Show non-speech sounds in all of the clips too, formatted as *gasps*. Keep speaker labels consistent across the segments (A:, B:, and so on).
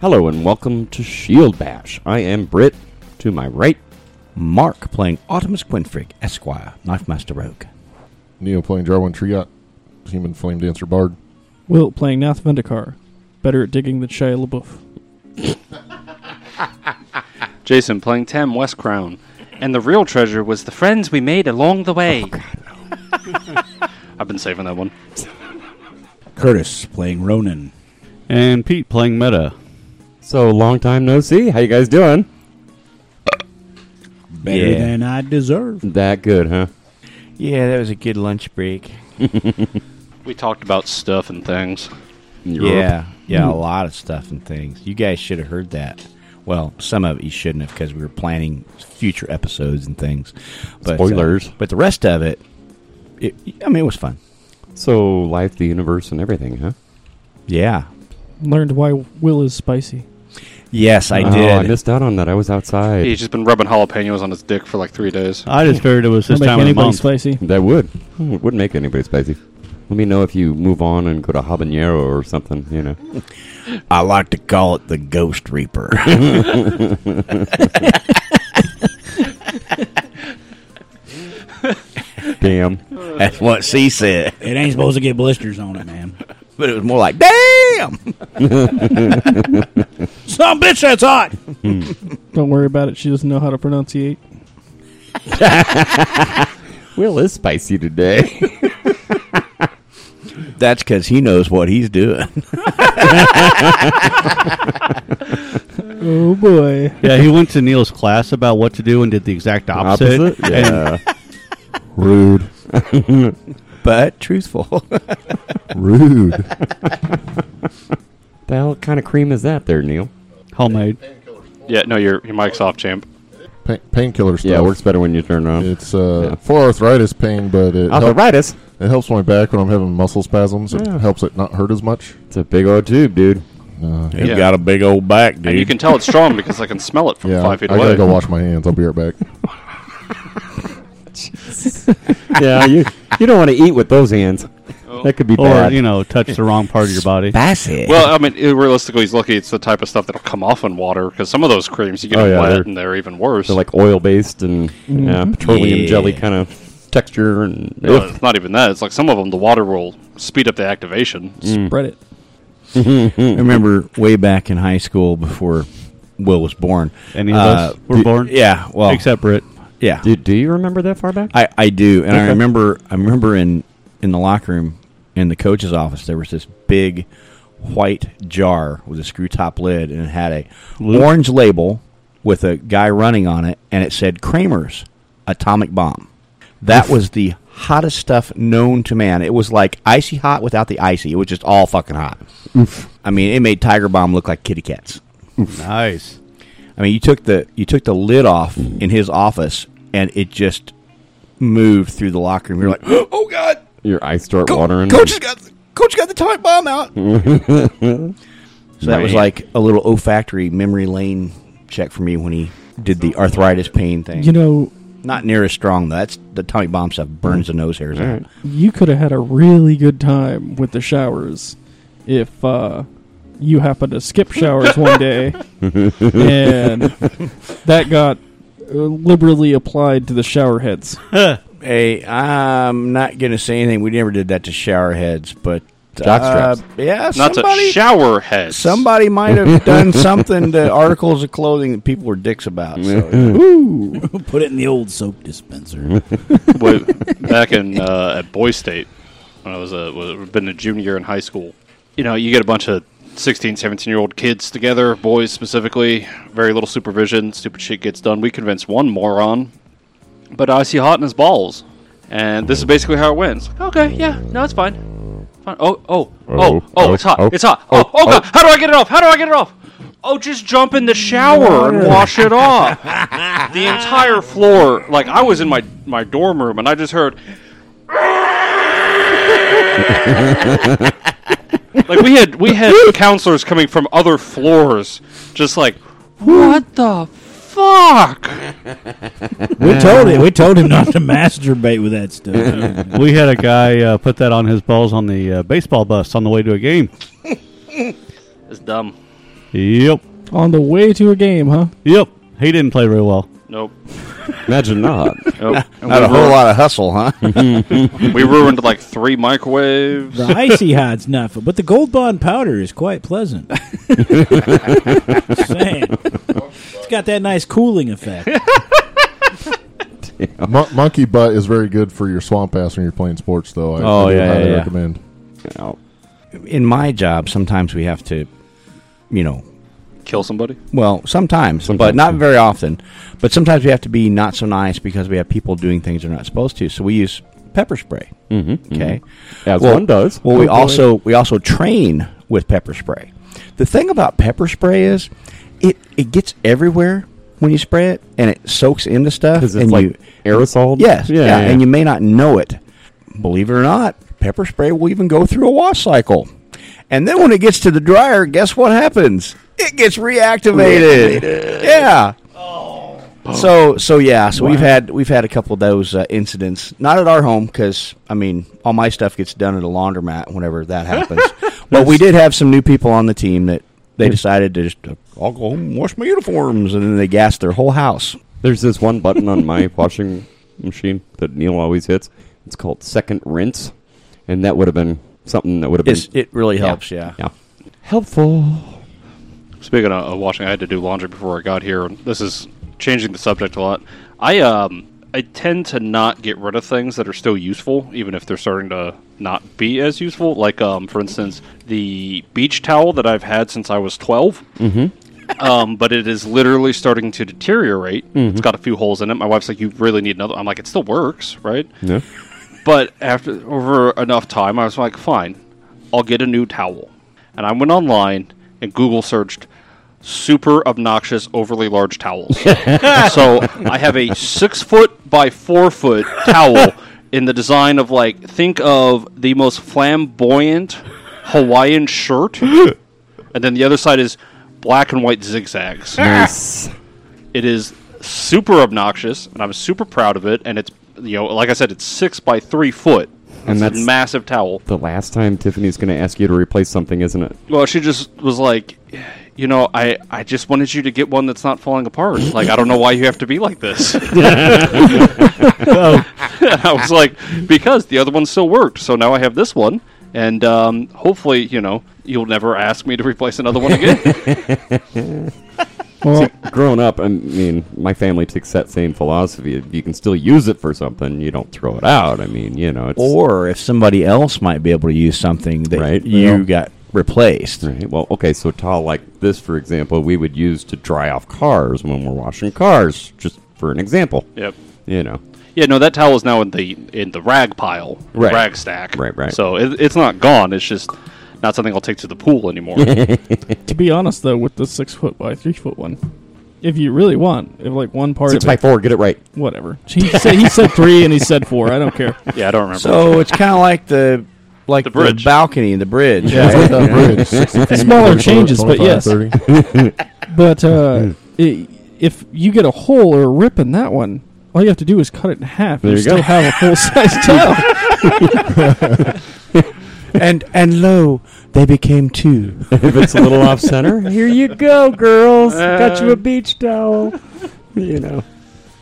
A: Hello and welcome to Shield Bash. I am Britt. To my right,
B: Mark playing Artemis Quinfrig, Esquire, Knife Master Rogue.
C: Neo playing Jarwin Triot, Human Flame Dancer Bard.
D: Wilt playing Nath Vendikar, better at digging than Shia LaBeouf.
E: Jason playing Tam West Crown. And the real treasure was the friends we made along the way. *laughs* I've been saving that one.
B: Curtis playing Ronan.
F: And Pete playing meta.
A: so long time no see. How you guys doing?
B: Better
A: Yeah.
B: than I deserve.
A: That good, huh?
G: Yeah, that was a good lunch break.
E: We talked about stuff and things.
A: Europe.
G: Yeah, yeah,
B: Hmm.
G: a lot of stuff and things. You guys should have heard that. Well, some of it you shouldn't have because we were planning future episodes and things. But, uh,
A: Spoilers.
G: but the rest of it, it, I mean, it was fun.
A: So life, the universe, and everything, huh?
G: Yeah.
D: Learned why Will is spicy.
G: Yes, I
A: Oh,
G: did.
A: I missed out on that. I was outside.
E: He's just been rubbing jalapenos on his dick for like three days.
F: I just figured it was this
D: Don't
F: time
D: make
F: of the
D: anybody
F: month.
D: spicy.
A: That would. Hmm, It wouldn't make anybody spicy. Let me know if you move on and go to habanero or something, you
G: *laughs*
A: know.
G: I like to call it the
A: *laughs*
G: Ghost Reaper.
A: Damn.
G: That's what she said.
B: It ain't supposed to get blisters on it, man.
G: *laughs* But it was more like, damn!
B: *laughs* Some bitch that's hot.
D: Don't worry about it. She doesn't know how to pronunciate.
A: Will is spicy today.
G: That's because he knows what he's doing.
D: Oh boy.
F: Yeah, he went to Neil's class about what to do and did the exact opposite.
A: Yeah.
C: Rude.
G: But truthful. *laughs*
C: Rude.
A: the hell kind of cream is that there, Neil?
F: Homemade.
E: Yeah, no, your your mic's off, champ.
C: Pa- painkiller stuff.
A: Yeah, it works better when you turn it on.
C: It's uh,
A: Yeah.
C: for arthritis pain, but it, help-
A: Arthritis.
C: it helps my back when I'm having muscle spasms. It
A: Yeah.
C: helps it not hurt as much.
A: It's a big old tube, dude.
C: Uh,
G: He's
E: Yeah.
G: got a big old back, dude.
E: And you can tell it's strong because I can smell it from
C: yeah, I, I
E: five feet
C: gotta
E: away.
C: go wash my hands. I'll be right
A: *laughs*
C: back.
A: yeah, you you don't want to eat with those hands. That could be
F: Or,
A: bad.
F: you know, touch the wrong part of your body.
G: That's it.
E: Well, I mean, i- realistically, he's lucky it's the type of stuff that'll come off in water because some of those creams, you get
A: Oh,
E: them
A: yeah,
E: wet
A: they're-
E: and they're even worse.
A: They're like oil based and
G: Mm-hmm.
A: yeah, petroleum
G: Yeah.
A: jelly kind of texture and
E: No, it's not even that. It's like some of them, the water will speed up the activation.
F: Hmm.
D: Spread it.
G: I *laughs* remember way back in high school before Will was born.
F: Any of
G: uh,
F: us were
G: d-
F: born?
G: Yeah. Well,
F: Except Britt.
G: yeah.
A: Do, do you remember that far back?
G: I, I do, and I remember I remember in in the locker room in the coach's office there was this big white jar with a screw top lid, and it had a orange label with a guy running on it, and it said Kramer's Atomic Bomb. That was the hottest stuff known to man. It was like icy hot without the icy. It was just all fucking hot. I mean, it made Tiger Bomb look like kitty cats.
F: Nice.
G: I mean, you took the you took the lid off in his office, and it just moved through the locker room. You're like, *gasps* oh god,
A: Your eyes start
G: Co-
A: watering.
G: coach has got coach got the time
A: *laughs*
G: bomb out. so that was
A: Man.
G: like a little olfactory memory lane check for me when he did the arthritis pain thing.
D: You know,
G: Not near as strong though. That's the tummy bomb stuff burns the nose hairs out.
D: you could have had a really good time with the showers if uh, you happened to skip showers one
F: *laughs*
D: day and that got uh, liberally applied to the shower heads.
G: Hey, I'm not gonna say anything. We never did that to shower heads, but
A: Jock straps.
G: uh, yeah,
E: Not to
G: somebody
E: shower heads.
G: Somebody might *laughs* have done something to articles of clothing that people were dicks about. *laughs* So.
B: *laughs* Put it in the old soap
G: *laughs*
B: dispenser.
E: Way- back in uh, at Boy State when I was a was, been a junior in high school. You know, you get a bunch of 16, 17 year old kids together, boys specifically, very little supervision, stupid shit gets done. We convinced one moron, but icy hot in his balls. And this is basically how it went. It's like, okay, yeah, no, it's fine. Fine. Oh, oh, oh, oh, it's hot. It's hot. Oh, oh, God. How do I get it off? How do I get it off? Oh, just jump in the shower and wash it *laughs* off. the entire floor. Like, I was in my, my dorm room and I just heard. like, we had, we had
A: *laughs*
E: counselors coming from other floors, just like, what the fuck?
B: we told him. We told him not
D: *laughs*
B: to masturbate with that stuff.
F: we had a guy uh, put that on his balls on the uh, baseball bus on the way to a game.
E: It's dumb.
F: Yep.
D: On the way to a game, huh?
F: Yep. He didn't play very well.
E: Nope.
A: Imagine not.
E: nope. And
G: *laughs* Not
E: we
G: a whole
E: ruined-
G: lot of hustle, huh?
E: We ruined like three microwaves.
B: The icy hot's not, fu- but the gold bond powder is
F: *laughs*
B: quite pleasant. Just saying. It's got that nice cooling effect.
C: Mon- monkey butt is very good for your swamp ass when you're playing sports, though. I,
G: Oh,
C: I do
G: yeah,
C: highly
G: yeah, yeah.
C: recommend.
G: *laughs* In my job, sometimes we have to, you know,
E: Kill somebody.
G: Well, sometimes, but
A: Sometimes.
G: not very often. But sometimes we have to be not so nice because we have people doing things they're not supposed to. So we use pepper spray.
A: Mm-hmm.
G: Okay.
A: As
G: Well-
A: one does.
G: Well, we
A: Oh, boy.
G: also we also train with pepper spray. The thing about pepper spray is, it it gets everywhere when you spray it, and it soaks into stuff.
A: 'Cause it's
G: and
A: like
G: you,
A: aerosol.
G: yes, yeah,
A: Yeah.
G: and you may not know it. Believe it or not, pepper spray will even go through a wash cycle. And then when it gets to the dryer, guess what happens? It gets reactivated. Oh. Yeah. So so yeah, so we've had we've had a couple of those uh, incidents. Not at our home because I mean, all my stuff gets done at a laundromat whenever that *laughs* happens. but we did have some new people on the team that they decided to just uh, I'll go home and wash my uniforms, and then they gassed their whole house.
A: There's this one button on my *laughs* washing machine that Neil always hits. It's called second rinse, and that would have been something that would have been
G: It's, it really helps. yeah.
A: yeah helpful.
E: Speaking of, of washing, I had to do laundry before I got here. This is changing the subject a lot. I um I tend to not get rid of things that are still useful, even if they're starting to not be as useful. Like um, for instance, the beach towel that I've had since I was 12 um, but it is literally starting to deteriorate. It's got a few holes in it. My wife's like, "You really need another." I'm like, "It still works, right?"
A: Yeah.
E: But after over enough time, I was like, "Fine, I'll get a new towel." And I went online and Google searched super obnoxious, overly large towels. so I have a six foot by four foot towel in the design of like think of the most flamboyant Hawaiian shirt, and then the other side is black and white zigzags.
A: Nice.
E: It is super obnoxious, and I'm super proud of it. And it's you know, like I said, it's six by three foot.
A: And
E: It's
A: that's-
E: a massive towel.
A: The last time Tiffany's going to ask you to replace something, isn't it?
E: Well, she just was like, you know, I I just wanted you to get one that's not falling apart.
A: *laughs*
E: Like I don't know why you have to be like this. and I was like, because the other one still worked, so now I have this one. And um, hopefully, you know, you'll never ask me to replace another
A: *laughs*
E: one again.
D: Well,
A: Growing up, I mean, my family takes that same philosophy. If you can still use it for something, you don't throw it out. I mean, you know, it's
G: or if somebody else might be able to use something that
A: Right.
G: you got replaced.
A: Right. Well, okay. So towel like this, for example, we would use to dry off cars when we're washing cars, just for an example.
E: yep.
A: You know.
E: Yeah, no, that towel is now in the in the rag pile, the
A: Right.
E: rag stack.
A: Right, right.
E: So it, it's not gone. It's just not something I'll take to the pool
A: *laughs*
E: anymore.
D: to be honest, though, with the six foot by three foot one, if you really want, if like one part
A: Six
D: of
A: by
D: it,
A: four. Get it right.
D: whatever. He said, he said three and he said four. I
H: *laughs*
D: don't care.
E: yeah, I don't remember.
G: So it's kind of like the like the,
E: bridge.
G: balcony, the bridge.
C: It's
G: *laughs* right?
C: like that bridge, 60 feet,
D: Smaller
C: 30 foot,
D: changes, but
C: 25,
D: yes.
C: 30.
D: But uh, i if you get a hole or a rip in that one, all you have to do is cut it in half.
A: There
D: you
A: you go.
D: still have
H: *laughs*
D: a full size towel.
G: and and lo, they became two.
A: if it's a little off center, *laughs* here you go, girls. Got you a beach towel. You know.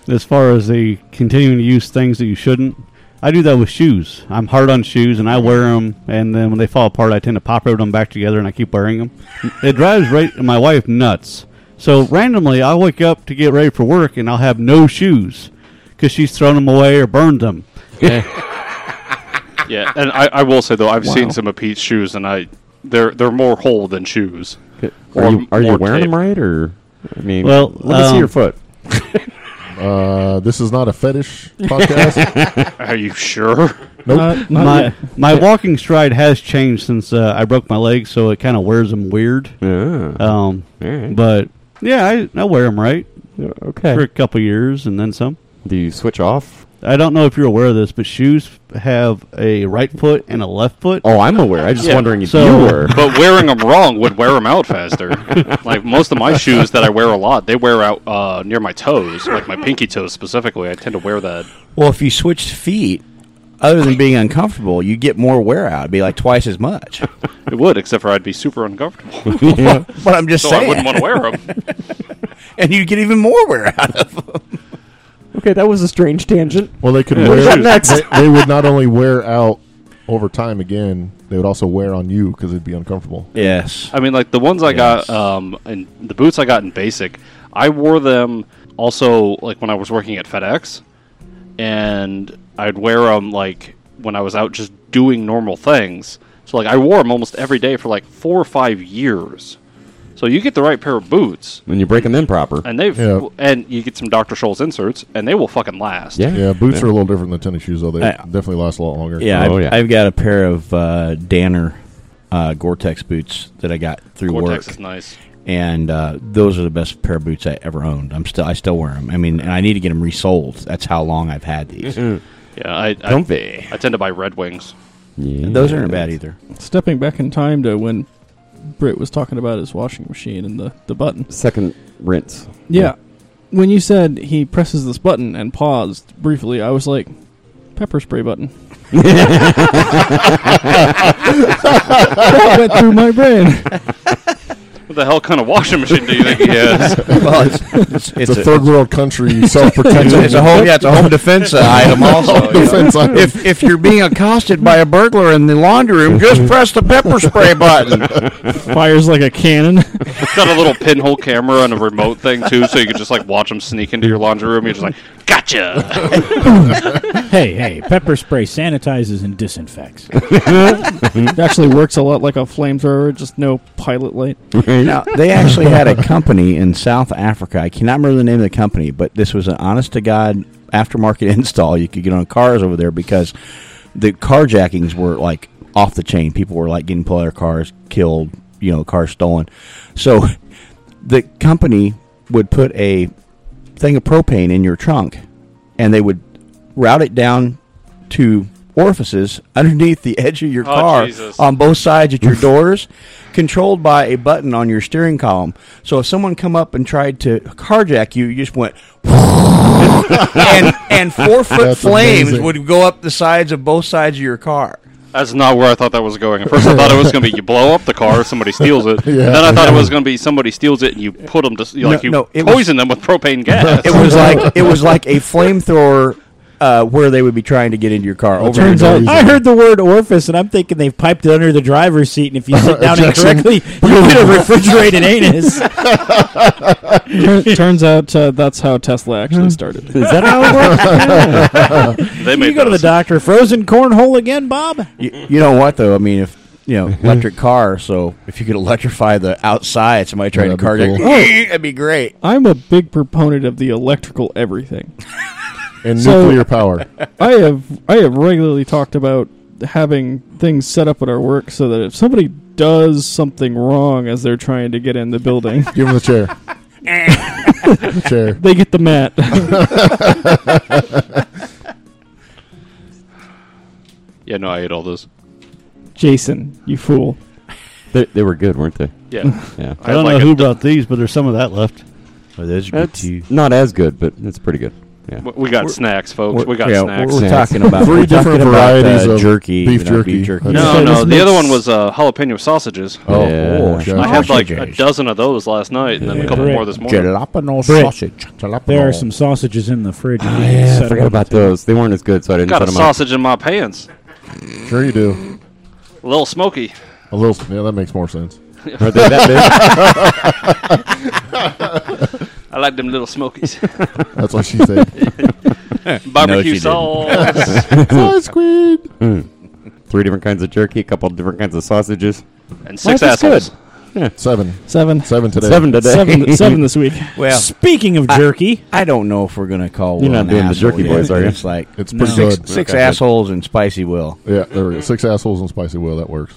F: As far as the continuing to use things that you shouldn't, I do that with shoes. I'm hard on shoes, and I wear them, and then when they fall apart, I tend to pop rub them back together, and I keep wearing them. it drives right, my wife nuts. So randomly, I wake up to get ready for work, and I'll have no shoes because she's thrown them away or burned them.
E: Yeah, and I, I will say though, I've
D: Wow.
E: seen some of Pete's shoes, and I they're they're more hole than shoes.
A: Are
E: Or
A: you are you
E: more
A: wearing
E: tape.
A: them right or? I mean,
F: Well,
A: let me see
F: um,
A: your foot.
C: Uh, this is not a fetish *laughs* podcast.
E: Are you sure? *laughs*
D: Not, not
F: my
D: yet.
F: my walking stride has changed since uh, I broke my leg, so it kind of wears them weird.
A: Yeah.
F: Um,
A: All right.
F: but yeah, I, I wear them right
A: Yeah, okay.
F: for a couple years and then some.
A: Do you switch off?
F: I don't know if you're aware of this, but shoes have a right foot and a left foot.
A: Oh, I'm aware. I'm just
E: Yeah.
A: wondering if
F: So-
A: you were.
E: But wearing them wrong would wear them out faster. like most of my shoes that I wear a lot, they wear out uh, near my toes, like my pinky toes specifically. I tend to wear that.
G: Well, if you switched feet, other than being uncomfortable, you get more wear out. It'd be like twice as much.
E: It would, except for I'd be super uncomfortable,
G: *laughs* but I'm
E: *laughs*
G: just
E: so I
G: saying,
E: wouldn't want to wear them.
G: *laughs* and you get even more wear out. of it.
H: Okay, that was a strange tangent.
C: Well, they could
H: What's
C: wear.
H: up next?
C: They, they would not only wear out over time again, they would also wear on you because it'd be uncomfortable.
G: *laughs* Yes,
E: I mean, like the ones I got, um, and the boots I got in basic, I wore them also like when I was working at FedEx, and I'd wear them like when I was out just doing normal things. So like I wore them almost every day for like four or five years. So you get the right pair of boots,
A: When you break them in proper.
E: and they've
C: Yeah.
E: and you get some Dr. Scholl's inserts, and they will fucking last.
A: Yeah.
C: Yeah, boots are a little different than tennis shoes, though. They
G: I-
C: definitely last a lot longer.
G: yeah,
A: Oh,
G: I've,
A: yeah.
G: I've got a pair of uh, Danner uh, Gore-Tex boots that I got through
E: Gore-Tex
G: work,
E: is nice.
G: and uh, those are the best pair of boots I ever owned. I'm still, I still wear them. I mean, and I need to get them resold. That's how long I've had these.
E: Yeah, I I,
A: Comfy.
E: I tend to buy Red Wings.
A: Yeah.
G: And those aren't bad either.
D: Stepping back in time to when Britt was talking about his washing machine and the, the button.
A: Second rinse.
D: Yeah. When you said he presses this button and paused briefly, I was like, pepper spray button. *laughs* that went through my brain.
E: What the hell kind of washing machine do you think he has?
G: well, it's, it's,
C: It's,
G: it's
C: a, third world country self
G: *laughs* It's,
C: protection
G: it's a home, yeah, it's a home defense item also. you know.
C: defense. item.
G: If if you're being accosted by a burglar in the laundry room, just press the pepper spray button.
D: Fires like a cannon.
E: got a little pinhole camera and a remote thing too, so you can just like watch them sneak into your laundry room. You're just like, gotcha.
B: Hey, hey, pepper spray sanitizes and disinfects.
D: It actually works a lot like a flamethrower, just no pilot light.
G: Now, they actually had a company in South Africa. I cannot remember the name of the company, but this was an honest to God aftermarket *laughs* install you could get on cars over there because the carjackings were like off the chain. People were like getting pulled out of cars, killed, you know, cars stolen. So *laughs* the company would put a thing of propane in your trunk and they would route it down to orifices underneath the edge of your
E: Oh,
G: car
E: Jesus.
G: on both sides at your doors controlled by a button on your steering column so if someone come up and tried to carjack you you just went *laughs* and, and four foot
C: That's
G: flames
C: amazing.
G: would go up the sides of both sides of your car
E: That's not where I thought that was going. At first, I thought it was going to be you blow up the car, somebody steals it. and then I thought it was going to be somebody steals it and you put them to like you
G: no, it was-
E: poison them with propane gas.
G: *laughs* it was like it was like a flamethrower uh, where they would be trying to get into your car over
B: Turns
G: and
B: out,
G: over.
B: I heard the word orifice, and I'm thinking they've piped it under the driver's seat. And if you *laughs* sit down incorrectly, you *laughs* get a refrigerated anus.
D: *laughs* Tur- turns out uh, that's how Tesla actually started.
B: Is that how it *laughs* works?
E: they made
B: you go to the
E: those.
B: doctor. Frozen cornhole again, Bob?
G: You, you know what though? I mean, if you know electric car, so if you could electrify the outside, somebody trying to
C: That'd be
G: carjack,
C: cool.
G: *laughs* that'd be great.
D: *laughs* I'm a big proponent of the electrical everything.
C: and
D: So-
C: nuclear power.
D: I have I have regularly talked about having things set up at our work so that if somebody does something wrong as they're trying to get in the building,
C: Give him the chair. the chair.
D: they get the mat. *laughs*
E: Yeah, no, I ate all those.
D: Jason, you fool.
A: They, they were good, weren't they?
E: Yeah,
A: Yeah.
F: I
E: had, like,
F: don't know
E: a
F: who
E: d-
F: brought these, but there's some of that left.
G: Oh, those are good
A: That's
G: too.
A: not as good, but it's pretty good. Yeah.
E: w- We got snacks, folks. We got
G: yeah,
E: snacks.
G: We're
A: Snacks.
G: talking about
C: 3
G: we're talking
C: different
G: about, uh,
C: varieties of
G: jerky,
C: beef
G: you know,
C: jerky.
G: beef jerky.
C: No,
E: No,
D: So
E: no,
D: this
E: the other
D: makes-
E: one was uh, jalapeno sausages.
G: Oh,
A: Yeah.
G: oh,
E: I had like a
G: sausages.
E: dozen of those last night, and then a couple
B: Correct.
E: more this morning.
G: Jalapeno
B: Brick.
G: sausage.
B: There
E: Oh.
B: are some sausages in the fridge.
A: Oh, yeah, I forgot about those. They weren't as good, so I didn't
E: Got
A: set
E: a
A: them up.
E: sausage in my pants.
C: Sure you do.
E: A little smoky.
C: A little. Yeah, that makes more sense.
A: Are they that
E: I like them little smokies. *laughs*
C: That's what she said.
G: she
E: Barbecue
G: didn't.
E: sauce.
C: Fly squid.
A: big? Three different kinds of jerky, a couple different kinds of sausages.
E: and six
A: that's good.
E: assholes.
C: Seven.
D: Seven.
C: Seven today.
A: Seven today. *laughs*
D: Seven, seven this week.
G: Well,
B: Speaking of jerky,
G: I don't know if we're gonna call.
A: You're
G: Will
A: not
G: an
A: doing the
G: asshole
A: jerky
G: yet.
A: boys, are you?
G: It's like
C: It's pretty
G: six,
C: good.
G: six
C: Okay.
G: assholes and spicy Will.
C: Yeah, there we go. Six assholes and spicy will. That works.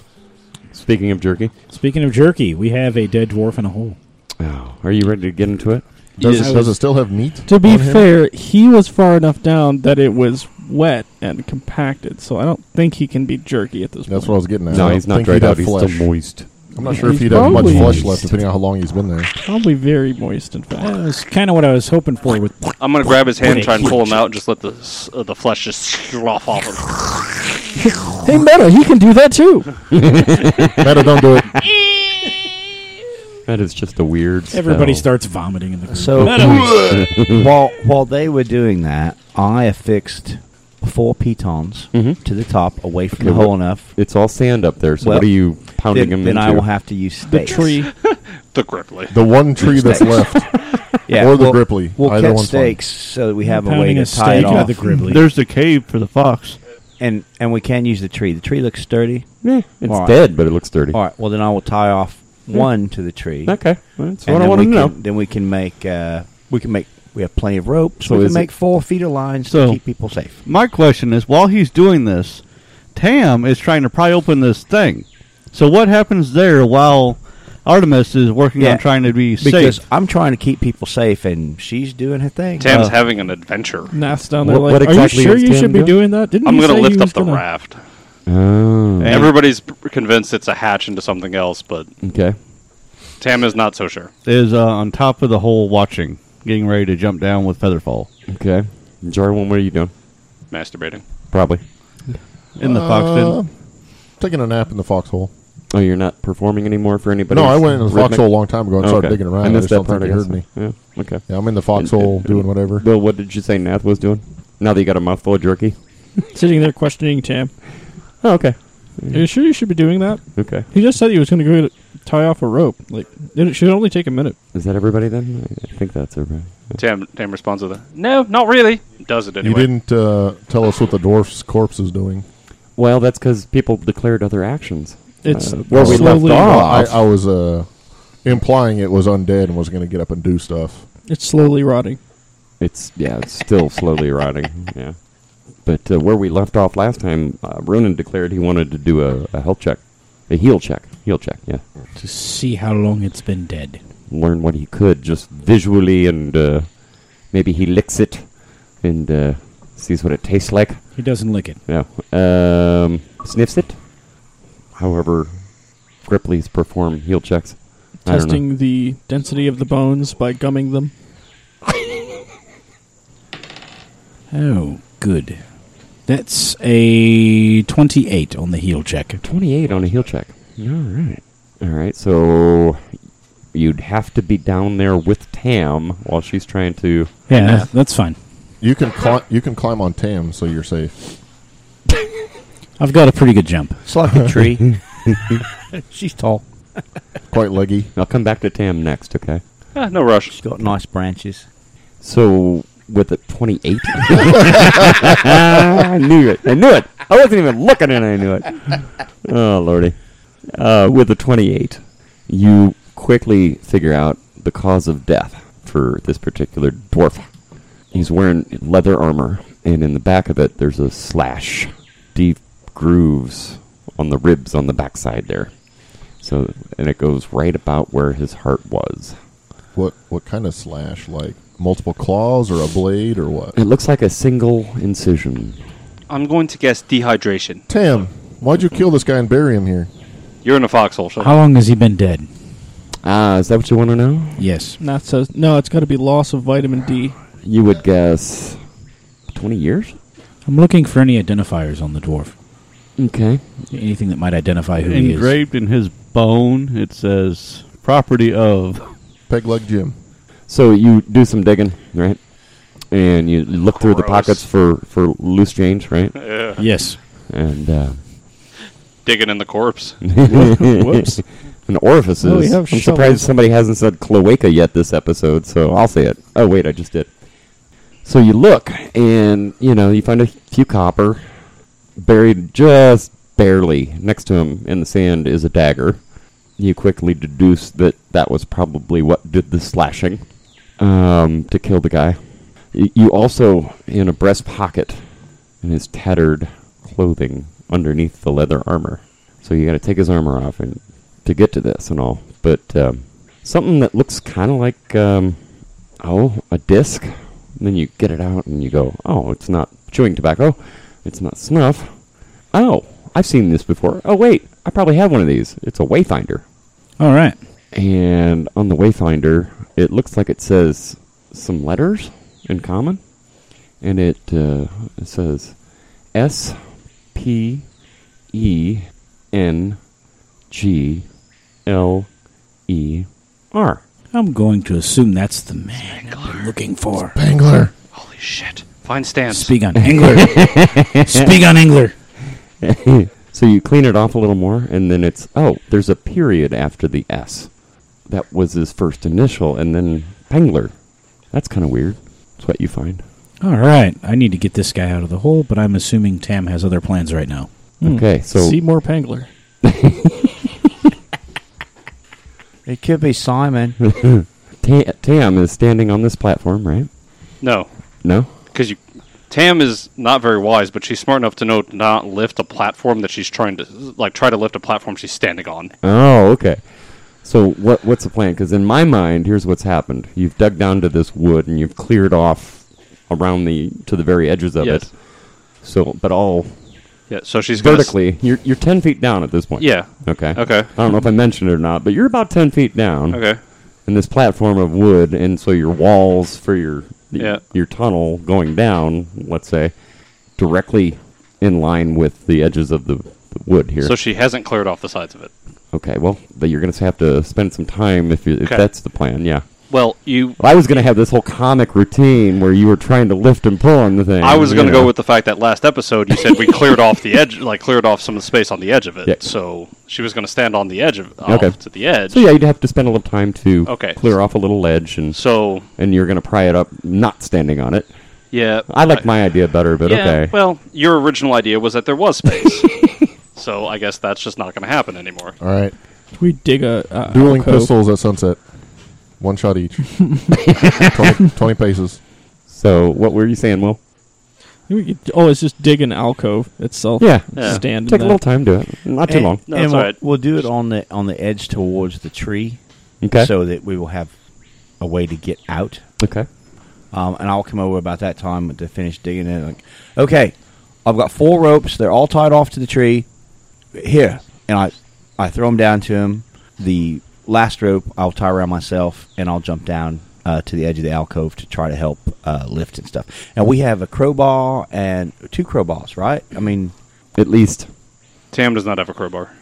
A: Speaking of jerky,
B: speaking of jerky, we have a dead dwarf in a hole.
A: oh, are you ready to get into it?
C: Does,
D: Yeah.
C: it, does it still have meat?
D: To be
C: on him?
D: fair, he was far enough down that it was wet and compacted, so I don't think he can be jerky at this
C: That's what I
D: point.
C: was getting at. I
A: no,
C: don't
A: he's not
C: think he'd
A: dried
C: have
A: out. He's
C: flesh.
A: still moist.
C: I'm not sure if
D: He's
C: he'd have much
D: probably-
C: flesh left, depending on how long he's been there.
D: Probably very moist, in fact.
B: That's kind of what I was hoping for with
E: I'm gonna grab his hand, and try and pull him out, and just let the s- uh, the flesh just slough off him.
H: Hey, Meta, he can do that too.
C: Meta, don't do it.
A: That is just a weird.
B: everybody
A: spell.
B: starts vomiting in the group.
G: So-
B: Madam,
G: while while they were doing that, I affixed four pitons
B: Mm-hmm.
A: Mhm.
G: to the top, away from the
A: Okay, what-
G: hole enough.
A: It's all sand up there. So
G: Well,
A: what are you pounding
G: Then,
A: them
G: then
A: into?
G: I will have to use
D: the
G: space.
D: tree.
E: The Gripply.
C: The one tree that's
G: Steaks.
C: left.
G: yeah,
C: or the
G: we'll,
C: Gripply.
G: We'll
C: Either
G: catch
C: one's fine.
G: stakes so that we have a way
B: pounding
G: to
B: a
G: tie it
B: stake into
G: off,
B: the gribbly.
F: There's the cave for the fox.
G: and and we can use the tree. The tree looks sturdy.
A: Eh, It's
G: All right.
A: dead, but it looks dirty.
G: All right. Well, then I will tie off one to the tree.
A: Okay, well, that's
G: and
A: what I
G: then
A: want
G: we
A: to know.
G: Can, then we can make uh, we can make we have plenty of ropes.
A: So
G: we
A: is
G: can
A: it-
G: make four feet of lines
F: So-
G: to keep people safe.
F: My question is, while he's doing this, Tam is trying to pry open this thing. So what happens there while Artemis is working
G: Yeah,
F: on trying to be
G: Because
F: safe?
G: I'm trying to keep people safe, and she's doing her thing.
E: Tam's
G: Uh,
E: having an adventure.
D: Nast down there.
A: What-
D: like,
A: what exactly
D: are you sure
A: is
D: you
A: Tim
D: should be
A: doing?
D: doing that? Didn't
E: I'm
D: you
E: gonna
D: say
E: lift
D: you
E: up
D: was
E: the
D: gonna-
E: raft.
A: Oh,
F: And
E: Everybody's p- convinced it's a hatch into something else, but
A: okay.
E: Tam is not so sure.
F: is uh, on top of the hole watching, getting ready to jump down with Featherfall
A: Okay. Jarwin, what are you doing?
E: Masturbating.
A: Probably.
F: in the fox
C: Uh,
F: den.
C: taking a nap in the foxhole.
A: Oh, you're not performing anymore for anybody?
C: no, I
A: else?
C: went in the
A: Rhythmic?
C: foxhole a long time ago and started
A: Okay.
C: digging
A: I
C: around. I,
A: missed
C: just
A: that
C: don't
A: part.
C: think
A: I
C: he
A: guess.
C: heard me.
A: Yeah. Okay.
C: Yeah, I'm in the foxhole
A: and-
C: doing whatever.
A: Bill, what did you say Nath was doing? Now that you got a mouthful of jerky?
D: Sitting there questioning Tam.
A: Oh, okay.
D: Are you sure you should be doing that?
A: Okay.
D: He just said he was going to go tie off a rope. Like, it should only take a minute.
A: Is that everybody then? I- I think that's everybody.
E: Tam Tam responds with a no, not really. Does it
C: You
E: anyway?
C: didn't uh, tell us what the dwarf's corpse is doing.
A: Well, that's because people declared other actions.
D: It's
A: Uh,
C: Well, we
D: slowly.
C: left I, I was uh, implying it was undead and was going to get up and do stuff.
D: It's slowly rotting.
A: It's, yeah, it's still slowly rotting. Yeah. But uh, where we left off last time, uh, Ronan declared he wanted to do a, a health check, a heal check. Heal check, yeah.
B: to see how long it's been dead.
A: learn what he could just visually and uh, maybe he licks it and uh, sees what it tastes like.
B: He doesn't lick it.
A: Yeah. Um, sniffs it. However, Gripleys perform heel checks. I don't know.
D: Testing the density of the bones by gumming them.
B: Oh, good. That's a 28 on the heel check.
A: 28 on a heel check. All right. All right. So you'd have to be down there with Tam while she's trying to.
B: Yeah, that's, that's fine.
C: You can cli- you can climb on Tam, so you're safe.
B: I've got a pretty good jump.
G: it's like
A: *laughs*
G: a tree. *laughs* she's tall.
C: Quite leggy.
A: I'll come back to Tam next, okay?
E: Eh, no rush.
G: She's got nice branches.
A: So with a 28? I knew it. I knew it. I wasn't even looking and I knew it. Oh, Lordy. Uh, with a 28, you quickly figure out the cause of death for this particular dwarf. He's wearing leather armor, and in the back of it, there's a slash, deep grooves on the ribs on the backside there. So, and it goes right about where his heart was.
C: What what kind of slash? Like multiple claws or a blade or what?
A: It looks like a single incision.
E: I'm going to guess dehydration.
C: Tam, why'd you kill this guy and bury him here?
E: You're in a foxhole. Shut
B: How
E: up.
B: long has he been dead?
A: Ah, is that what you want to know?
B: Yes.
D: Nat says, no, it's got to be loss of vitamin D.
A: You would guess 20 years?
B: I'm looking for any identifiers on the dwarf.
A: Okay.
B: Anything that might identify who he is.
F: Engraved in his bone, it says property of.
C: Peg leg Jim.
A: So you do some digging, right? And you look through the
E: Gross.
A: pockets for, for loose change, right? *laughs*
E: Yeah.
B: Yes.
A: And uh,
E: uh, Digging in the corpse.
D: Whoops.
A: and orifices.
D: Oh, we have
A: I'm
D: shovels.
A: surprised somebody hasn't said cloaca yet this episode, so I'll say it. Oh, wait, I just did. So you look, and, you know, you find a few copper buried just barely next to him in the sand is a dagger. You quickly deduce that that was probably what did the slashing um, to kill the guy. Y- You also, in a breast pocket, in his tattered clothing underneath the leather armor. So you got to take his armor off and to get to this and all. But um, something that looks kind of like um, oh, a disc. And then you get it out and you go, oh, it's not chewing tobacco, it's not snuff. Oh, I've seen this before. Oh wait, I probably have one of these. It's a wayfinder.
B: All right.
A: and on the Wayfinder, it looks like it says some letters in common, and it, uh, it says S P E N G L E R.
B: I'm going to assume that's the man I've been looking for.
C: Bangler.
E: Holy shit. Fine stance.
B: Speak on *laughs* Angler. Speak on Angler.
A: So you clean it off a little more, and then it's oh, there's a period after the S. That was his first initial, and then Pangler. That's kind of weird. That's what you find.
B: All right. I need to get this guy out of the hole, but I'm assuming Tam has other plans right now.
A: Okay, so
D: Seymour Pangler.
G: It could be Simon.
A: Ta- Tam is standing on this platform, right?
E: No,
A: No.
E: because you. Tam is not very wise, but she's smart enough to know to not lift a platform that she's trying to like try to lift a platform she's standing on.
A: Oh, okay. So what what's the plan? Because in my mind, here's what's happened: you've dug down to this wood and you've cleared off around the to the very edges of
E: Yes.
A: it. So, but all
E: Yeah, so she's gonna s-
A: vertically, you're you're ten feet down at this point.
E: Yeah.
A: Okay.
E: Okay.
A: I don't know if I mentioned it or not, but you're about ten feet down.
E: Okay.
A: And this platform of wood, and so your walls for your
E: Yeah.
A: your tunnel going down, let's say, directly in line with the edges of the, the wood here.
E: So she hasn't cleared off the sides of it.
A: Okay, well, but you're going to have to spend some time if, you, if
E: Okay.
A: that's the plan, yeah.
E: Well, you.
A: Well, I was going to have this whole comic routine where you were trying to lift and pull on the thing.
E: I was
A: you
E: going to go
A: know.
E: with the fact that last episode you said we cleared off the edge, like cleared off some of the space on the edge of it.
A: Yeah.
E: So she was going to stand on the edge of
A: Okay.
E: off to the edge.
A: So, yeah, you'd have to spend a little time to
E: Okay.
A: clear off a little ledge, and,
E: So,
A: and you're going to pry it up not standing on it.
E: yeah,
A: I like my idea better, but
E: yeah,
A: okay.
E: Well, your original idea was that there was
A: *laughs*
E: space. so I guess that's just not going to happen anymore.
C: All right.
D: We dig a uh,
C: Dueling
D: alcove.
C: pistols at sunset. One shot each. 20, 20 paces.
A: so, what were you saying, Will?
D: We could- Oh, it's just dig an alcove itself.
A: Yeah.
E: Yeah.
D: Stand. in
A: Take a
D: that.
A: little time to it. Not too long.
E: No, it's
G: we'll,
E: all right.
G: we'll do it on the on the edge towards the tree,
A: Okay.
G: so that we will have a way to get out.
A: okay.
G: Um, and I'll come over about that time to finish digging in. Like, okay, I've got four ropes. They're all tied off to the tree. Here, and I, I throw them down to him. The last rope I'll tie around myself, and I'll jump down uh, to the edge of the alcove to try to help uh, lift and stuff. And we have a crowbar and two crowbars, right? I mean,
A: At least.
E: Tam does not have a crowbar.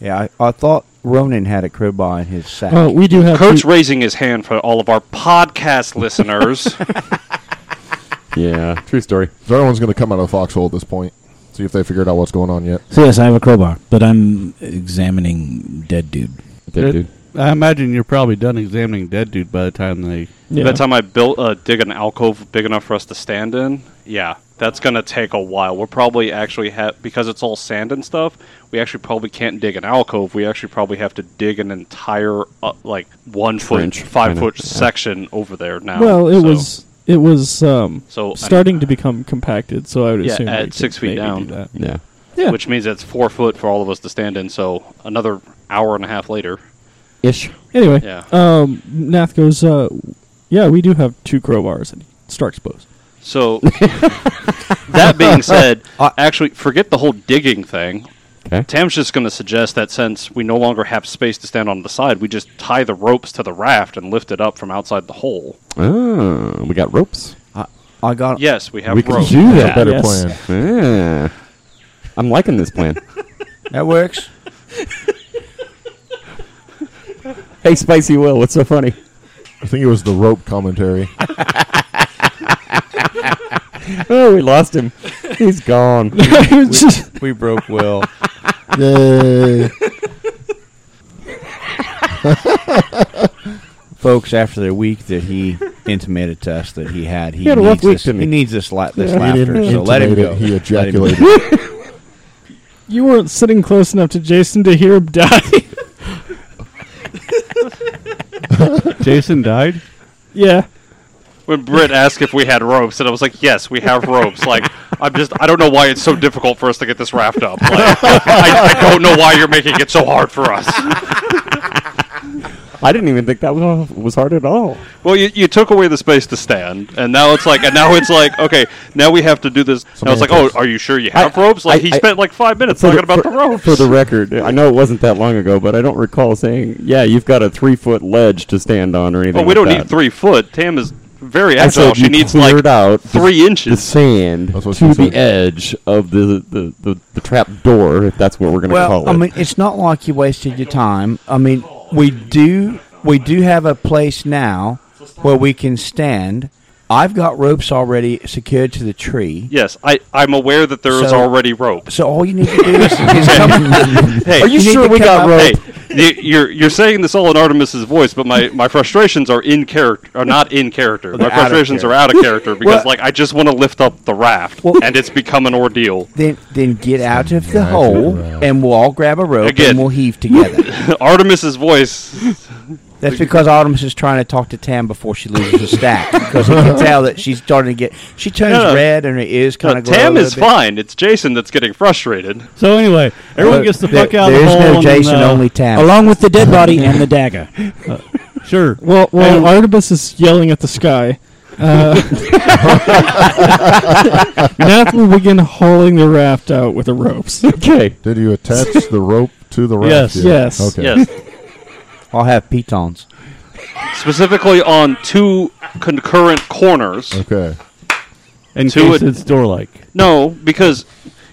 G: yeah, I, I thought Ronan had a crowbar in his sack.
D: Oh, we do have.
E: Coach raising his hand for all of our podcast listeners.
A: Yeah. True story.
C: So everyone's going to come out of the foxhole at this point. See if they figured out what's going on yet.
B: So, yes, I have a crowbar, but I'm examining dead dude.
A: Good dude.
F: I imagine you're probably done examining dead dude by the time they.
D: *laughs* yeah.
E: By the time I built uh, dig an alcove big enough for us to stand in, yeah, that's gonna take a while. We're probably actually ha- because it's all sand and stuff. We actually probably can't dig an alcove. We actually probably have to dig an entire uh, like one
A: Trench,
E: foot, five foot
A: kinda, yeah.
E: section over there now.
D: well, it
E: so-
D: was it was um,
E: So, I- uh,
D: starting to become compacted, so I would
E: Yeah,
D: assume
E: at
D: we could
E: six feet
D: maybe
E: down.
D: do that.
A: Yeah.
D: Yeah.
E: which means it's four foot for all of us to stand in. So another hour and a half later,
A: Ish.
D: Anyway,
E: yeah.
D: um, Nath goes. Uh, yeah, we do have two crowbars and
A: *laughs*
D: Stark's bows.
E: So that being said, actually forget the whole digging thing.
A: Okay.
E: Tam's just going to suggest that since we no longer have space to stand on the side, we just tie the ropes to the raft and lift it up from outside the hole.
A: Oh, we got ropes.
G: I got
E: Yes, we have
A: we
E: ropes.
A: can do
C: That's a
A: that.
C: better
D: Yes.
C: plan.
A: Yeah. I'm liking this plan.
G: that works.
A: hey, Spicy Will, what's so funny?
C: I think it was the rope commentary.
A: Oh, we lost
D: *laughs*
A: him. He's gone.
D: Just-
G: *laughs* We broke Will.
C: Yay.
G: folks after the week that *laughs* he intimated to us that he had. He,
A: had a rough
G: needs
A: week,
G: this,
A: didn't
G: he
A: he?
G: needs this, la- this
C: He
G: laughter.
C: didn't
G: so let him
C: intimate
G: go.
C: it, He
G: Let him go.
C: ejaculated.
D: you weren't sitting close enough to Jason to hear
A: *laughs*
D: him die.
F: *laughs* Jason died.
D: yeah,
E: When Britt asked if we had ropes, and I was like, "Yes, we have ropes." Like, I'm just, I don't know why it's so difficult for us to get this raft up. Like, I, I don't know why you're making it so hard for us.
A: I didn't even think that was, was hard at all.
E: Well, you, you took away the space to stand, and now it's like, and now it's
A: *laughs*
E: like, okay, now we have to do this. Now it's like, oh, are you sure you have ropes? Like
A: I-
E: he
A: I-
E: spent like five minutes
A: For
E: talking about
A: for-
E: the ropes.
A: For the record, I know it wasn't that long ago, but I don't recall saying, "Yeah, you've got a three foot ledge to stand on" or anything.
E: oh, we
A: like
E: don't
A: that.
E: need three foot. Tam is very
A: I
E: agile.
A: said
E: She
A: you
E: needs
A: cleared
E: like
A: out the-
E: three
A: the
E: inches.
A: sand
C: That's what she
A: to the
C: said.
A: edge of the the, the, the trap door, if that's what we're going to
G: Well,
A: call
G: I
A: it.
G: mean, it's not like you wasted your time. I mean, we do we do have a place now where we can stand. I've got ropes already secured to the tree.
E: Yes, I I'm aware that there is
G: So-
A: *laughs*
E: already rope.
G: So all you need to do *laughs* is, is come.
E: Hey,
G: you sure we got
E: hey, you, you're you're saying this all in Artemis's voice, but my, my frustrations are in character, are not in character.
G: They're
E: My
G: out of
E: frustrations
G: character.
E: are out of
A: *laughs*
E: character because
G: Well-
E: like I just want to lift up the raft,
G: Well-
E: and it's become an ordeal.
G: Then then get out of the
C: Right,
G: hole,
C: right.
G: and we'll all grab a rope
E: Again.
G: and we'll heave *laughs* together.
E: *laughs* Artemis's voice.
G: That's because Artemis is trying to talk to Tam before she loses her
E: *laughs*
G: stack because we can tell that she's starting to get. She turns
E: No, no.
G: red and her ears kind
E: No,
G: of.
E: Tam is fine. It's Jason that's getting frustrated.
F: *laughs* So anyway, everyone gets the fuck out
G: There
F: of the
G: is
F: hole.
G: no
F: and,
G: Jason,
F: uh,
G: only Tam.
B: Along with the dead body and the dagger.
F: Sure.
D: Well,
F: And-
D: well, Artemis is yelling at the sky.
A: *laughs*
D: Uh, Nath will begin hauling the raft out with the ropes.
A: *laughs* okay,
C: Did you attach the rope to the raft?
F: Yes.
C: yet?
D: Yes.
C: Okay.
E: Yes,
G: I'll have pitons.
E: specifically on two concurrent corners.
C: Okay.
F: In
E: To
F: case
E: it-
F: it's door-like.
E: No, because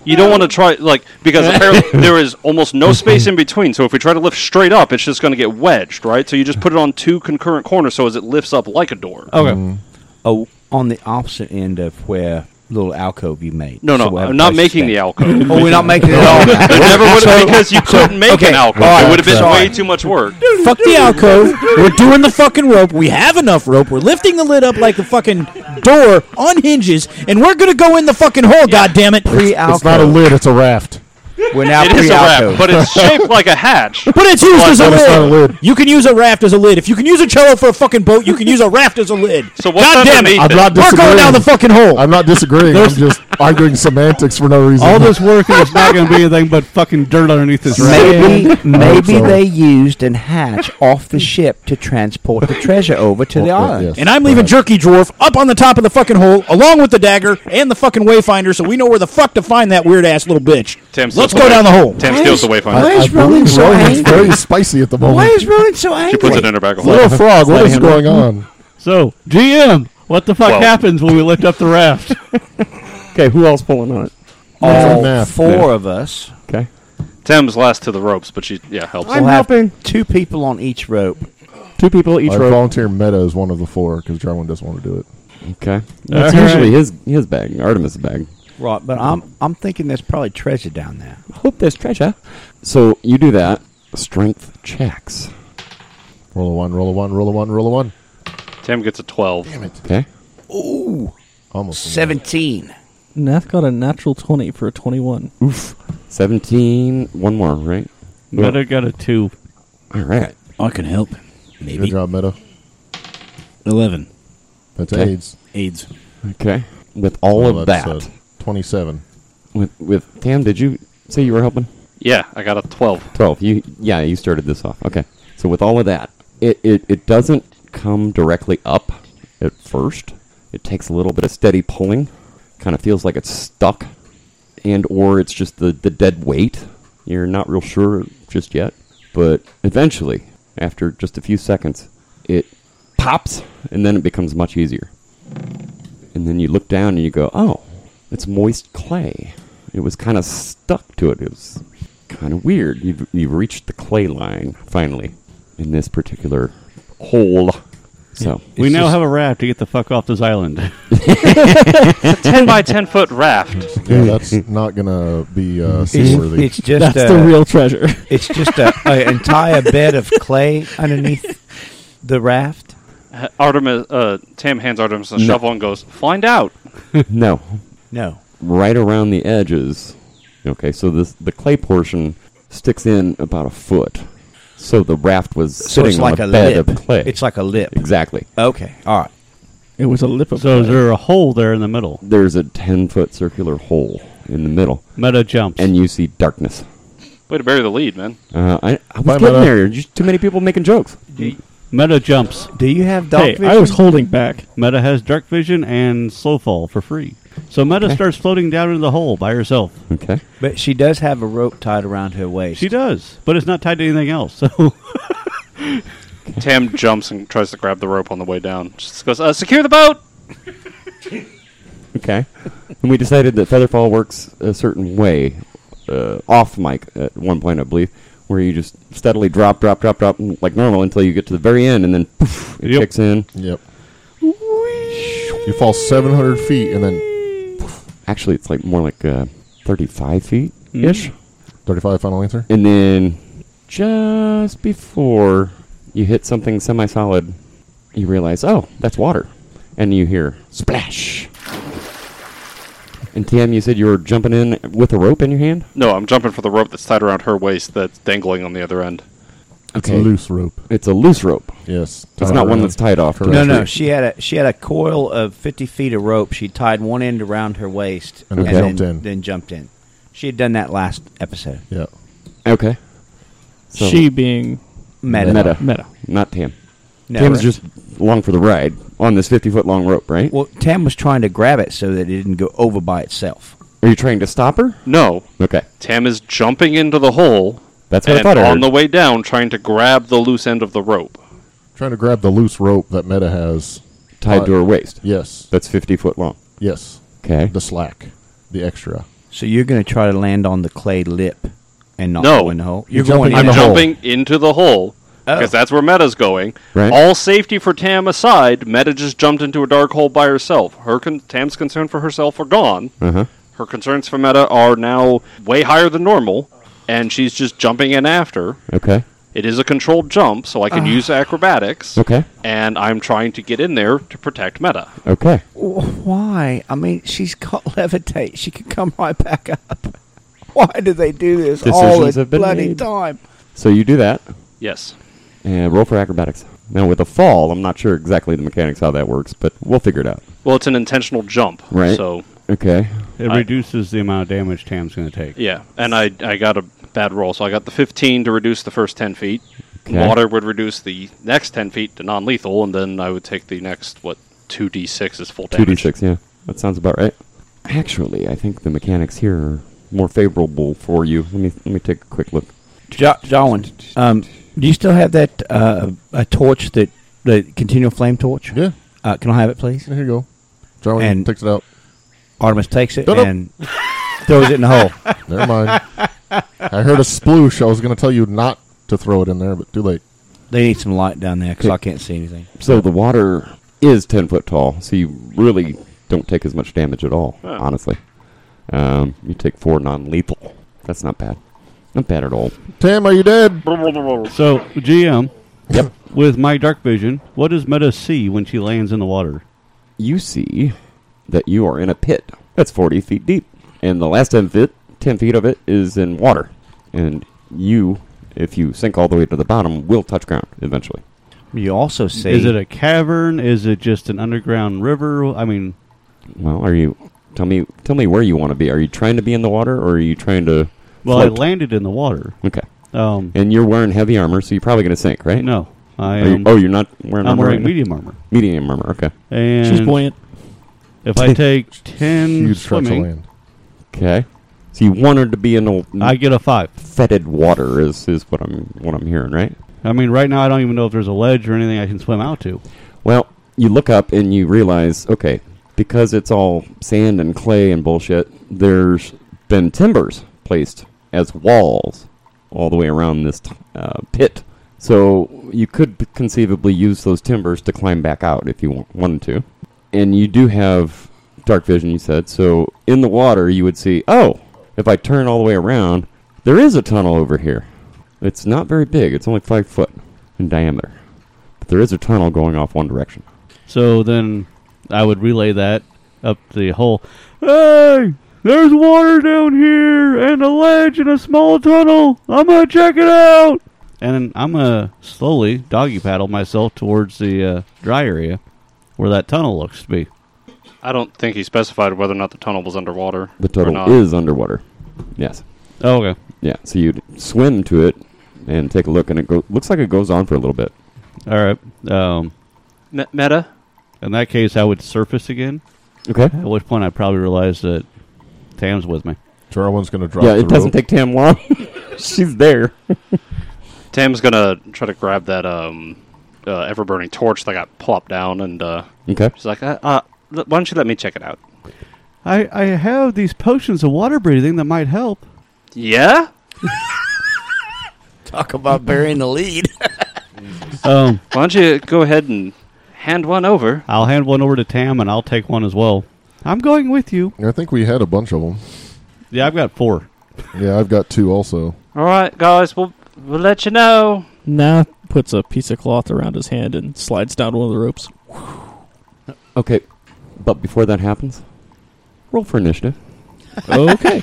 E: you don't want to try like because apparently there is almost no space in between. So if we try to lift straight up, it's just going to get wedged, right? So you just put it on two concurrent corners, so as it lifts up like a door.
F: *laughs* Okay.
G: Oh, on the opposite end of where little alcove you made.
E: No, no,
G: So we'll have
E: I'm
G: a
E: not
G: place
E: making
G: to stand.
E: the alcove.
G: *laughs* Oh, we're not making it at
E: *laughs* It never would have because you couldn't make
G: okay,
E: an alcove.
G: all
E: it
G: right,
E: would have been
G: sorry.
E: way too much work.
B: Fuck the alcove. We're doing the fucking rope. We have enough rope. We're lifting the lid up like a fucking door on hinges, and we're gonna go in the fucking hole. God damn it!
G: all.
B: But
C: It's not a
G: *laughs* Pre-alcove.
C: lid, it's a raft.
G: We're now
E: It is a wrap,
G: pre-alcove.
E: but it's shaped like a hatch.
B: it's used as a
C: But it's
B: lid.
C: not a lid.
B: You can use a raft as a lid. If you can use a cello for a fucking boat, you can use a raft as a lid.
E: So what's
B: God damn
E: underneath
B: it!
C: I'm not
B: We're
C: disagreeing.
B: going down the fucking hole.
C: I'm not disagreeing. I'm just arguing semantics for no reason.
F: All this work and it's not going to be anything but fucking dirt underneath this raft.
G: Maybe, maybe
C: so.
G: they used an hatch off the ship to transport the treasure over to the
C: Oh,
G: island.
C: yes.
B: And I'm leaving Jerky Dwarf up on the top of the fucking hole, along with the dagger and the fucking wayfinder, so we know where the fuck to find that weird ass little bitch.
E: Tam steals
B: Let's
E: the
B: go
E: way-
B: down the hole.
E: Tam steals the wayfinder.
G: Why is
C: I believe
G: Roland so
C: Roland's
G: angry?
C: very spicy at the moment.
G: Why is Ronan so
E: She puts it
G: angry?
E: in her bag.
C: Little frog, what is going on?
F: So, GM, what the fuck
E: Well-
F: happens when we lift up
G: *laughs*
F: the raft?
A: okay. Who else pulling on it?
C: What's in
G: All
C: there?
G: four of us.
A: Okay,
E: Tam's last to the ropes, but she yeah helps.
G: will have Two people on each rope.
A: two people each
C: I
A: row.
C: volunteer Meta is one of the four because Jarwin doesn't want to do it.
A: Okay, that's usually his his bag, Artemis' bag.
G: Right, uh, but I'm I'm thinking there's probably treasure down there.
A: Hope there's treasure. So you do that. Strength checks.
C: Roll a one, roll a one, roll a one, roll a one.
E: Tam gets a twelve.
A: Okay.
C: Almost a
G: Seventeen.
D: Nath got a natural 20 for a 21.
A: Oof. 17. One more, right?
F: But I got a two.
A: All right.
B: I can help.
C: one. Good
B: Maybe
C: job, Meta.
B: eleven
C: That's
A: Okay.
C: AIDS.
B: aids.
A: Okay. With all
C: Well,
A: of
C: that's,
A: that,
C: uh,
A: *laughs*
C: Twenty-seven.
A: with with Tam, did you say you were helping?
E: Yeah, I got a twelve.
A: 12. You yeah, you started this off. Okay. So with all of that, it it, it doesn't come directly up at first. It takes a little bit of steady pulling. Kind of feels like it's stuck and or it's just the the dead weight. You're not real sure just yet, but eventually, after just a few seconds, it pops and then it becomes much easier. And then you look down and you go, oh, it's moist clay. It was kind of stuck to it. It was kind of weird. You've, you've reached the clay line, finally, in this particular hole.
G: *laughs*
A: So,
F: we now have a raft to get the fuck off this *laughs* island.
E: Ten by ten foot raft.
C: Yeah, that's not gonna
A: *laughs*
C: be uh, seaworthy.
G: It's, it's just
D: That's
G: a,
D: the real treasure. *laughs*
G: It's just a, a entire bed of clay underneath the raft.
E: Uh, *laughs* Artemis, uh, Tam hands Artemis a
A: No.
E: shovel and goes, "Find out."
A: no,
G: No.
A: right around the edges. Okay, so this the clay portion sticks in about a foot. So the raft was
G: So
A: sitting
G: it's like
A: on
G: a
A: a, bed
G: lip.
A: of clay.
G: It's like a lip.
A: exactly.
G: Okay. All right.
D: it was a lip of
F: So is
D: clay.
F: there a hole there in the middle?
A: There's a ten foot circular hole in the middle,
F: Meta jumps.
A: and you see darkness.
E: Way to bury the lead, man.
A: Uh, I, I was
C: Bye,
A: getting
C: Meta.
A: there. Just too many people making jokes.
F: Meta jumps.
G: Do you have dog
D: Hey, I was holding back.
F: Meta has dark vision and slow fall for free. So Meta starts floating down into the hole by herself.
A: Okay.
G: but she does have a rope tied around her waist.
F: She does, but it's not tied to anything else. *laughs* So
E: Tam jumps and tries to grab the rope on the way down. She goes, uh, secure the boat!
A: Okay. and we decided that featherfall works a certain way, uh, off mic at one point, I believe, where you just steadily drop, drop, drop, drop mm, like normal until you get to the very end, and then poof, it
F: Yep.
A: kicks in.
C: Yep. You fall 700 feet and then
A: Actually, it's like more like uh, 35 feet ish.
C: 35 final answer.
A: And then just before you hit something semi solid, you realize, oh, that's water. And you hear splash. And Tam, you said you were jumping in with a rope in your hand?
E: No, I'm jumping for the rope that's tied around her waist that's dangling on the other end.
C: It's a loose rope.
A: It's a loose rope.
C: Yes.
A: It's not one that's tied off.
C: Correct.
G: No,
C: That's
G: no.
C: right.
G: She had a she had a coil of fifty feet of rope. She tied one end around her waist
C: And then jumped
G: then,
C: in.
G: then jumped in. She had done that last episode.
C: Yeah.
A: Okay. So-
D: she being
G: Meta.
A: Meta.
D: meta.
A: Not Tam.
G: No,
A: Tam's
G: right.
A: just along for the ride on this 50 foot long rope, right?
G: well, Tam was trying to grab it so that it didn't go over by itself.
A: Are you trying to stop her?
E: No,
A: Okay.
E: Tam is jumping into the hole
A: That's what
E: and
A: I thought I
E: on
A: heard.
E: the way down trying to grab the loose end of the rope.
C: Trying to grab the loose rope that Meta has.
A: Tied to her waist.
C: Yes.
A: That's 50 foot long.
C: Yes.
A: Okay.
C: The slack. The extra.
G: So you're going to try to land on the clay lip and not
E: No.
G: go in the hole.
C: You're
G: You're
C: jumping
G: going in
E: I'm
C: the hole.
E: jumping into the hole because that's where Meta's going.
A: Right.
E: All safety for Tam aside, Meta just jumped into a dark hole by herself. Her con- Tam's concern for herself are gone.
A: Uh-huh.
E: Her concerns for Meta are now way higher than normal, and she's just jumping in after.
A: Okay.
E: It is a controlled jump, so I can use acrobatics.
A: Ah. Okay.
E: And I'm trying to get in there to protect Meta.
A: Okay.
G: Wh- Why? I mean, she's got *laughs* levitate. She could come right back up. Why do they do this all
A: Decisions
G: the
A: have been
G: bloody
A: made.
G: time?
A: So you do that.
E: Yes.
A: And roll for acrobatics. Now, with a fall, I'm not sure exactly the mechanics how that works, but we'll figure it out.
E: Well, it's an intentional jump.
A: Right.
E: So,
A: Okay.
F: it
E: I-
F: reduces the amount of damage Tam's going to take.
E: yeah. And I, I got a bad roll. So I got the 15 to reduce the first 10 feet.
A: Okay.
E: Water would reduce the next 10 feet to non lethal, and then I would take the next, what, 2d6 is full damage.
A: 2d6, yeah. That sounds about right. Actually, I think the mechanics here are more favorable for you. Let me let me take a quick look.
G: Jo- Jolwyn, um, do you still have that uh, a torch that the continual flame torch?
C: Yeah.
G: Uh, can I have it, please?
C: Here you go. John
G: And-
C: takes it out.
G: Artemis takes it
C: Don't know.
G: and throws it in the hole. *laughs*
C: Never mind. I heard a sploosh. I was going to tell you not to throw it in there, but too late.
G: They need some light down there because I can't see anything.
A: So the water is 10 foot tall, so you really don't take as much damage at all, honestly. Um, you take four non lethal. That's not bad. Not bad at all.
C: Tam, are you dead?
F: So GM, yep. With my dark vision, what does Meta see when she lands in the water?
A: you see that you are in a pit that's 40 feet deep. And the last 10 feet, 10 feet of it is in water. And you, if you sink all the way to the bottom, will touch ground eventually.
G: You also see.
F: Is it a cavern? Is it just an underground river? I mean,
A: Well, are you. Tell me, tell me where you want to be. Are you trying to be in the water, or are you trying to?
F: well, I
A: float?
F: landed in the water.
A: Okay,
F: Um,
A: and you're wearing heavy armor, so you're probably going to sink, right?
F: no, I
A: Are you-
F: am.
A: oh, you're not wearing
F: I'm
A: armor.
F: wearing
A: right now?
F: medium armor.
A: medium armor. Okay.
F: And
D: She's buoyant.
F: if I take ten
C: Huge stretch of
F: swimming,
C: land.
A: Okay. So you wanted to be in the
F: I get a five.
A: fetid water is, is what I'm what I'm hearing, right?
F: I mean, right now I don't even know if there's a ledge or anything I can swim out to.
A: Well, you look up and you realize, okay, because it's all sand and clay and bullshit, there's been timbers placed as walls all the way around this t- uh, pit. So you could p- conceivably use those timbers to climb back out if you wa- wanted to. And you do have dark vision, you said. So in the water, you would see, oh, if I turn all the way around, there is a tunnel over here. It's not very big, it's only five foot in diameter. But there is a tunnel going off one direction.
F: So then I would relay that up the hole. Hey, there's water down here and a ledge and a small tunnel. I'm gonna check it out. And then I'm gonna slowly doggy paddle myself towards the uh, dry area where that tunnel looks to be.
E: I don't think he specified whether or not the tunnel was underwater.
A: The
E: or not.
A: tunnel is underwater. Yes.
F: Oh, okay.
A: Yeah, so you'd swim to it and take a look, and it go- looks like it goes on for a little bit.
F: All right. Um,
E: Me- meta.
F: in that case, I would surface again.
A: Okay.
F: At which point, I probably realized that Tam's with me.
C: Jarwin's going to drop
A: Yeah,
C: the
A: it doesn't
C: rope.
A: take Tam long. *laughs* She's there.
E: Tam's gonna try to grab that um, uh, ever burning torch that got plopped down, and uh,
A: Okay.
E: she's like, uh, uh, l- "Why don't you let me check it out?"
F: I, I have these potions of water breathing that might help.
E: Yeah.
G: Talk about burying the lead.
F: Um,
E: Why don't you go ahead and hand one over?
F: I'll hand one over to Tam and I'll take one as well. I'm going with you.
C: I think we had a bunch of them.
F: Yeah, I've got four.
C: Yeah, I've got
A: *laughs*
C: two also.
E: All right, guys, we'll we'll let you know.
D: Nah puts a piece of cloth around his hand and slides down one of the ropes.
A: Okay, but before that happens, roll for initiative.
D: Okay.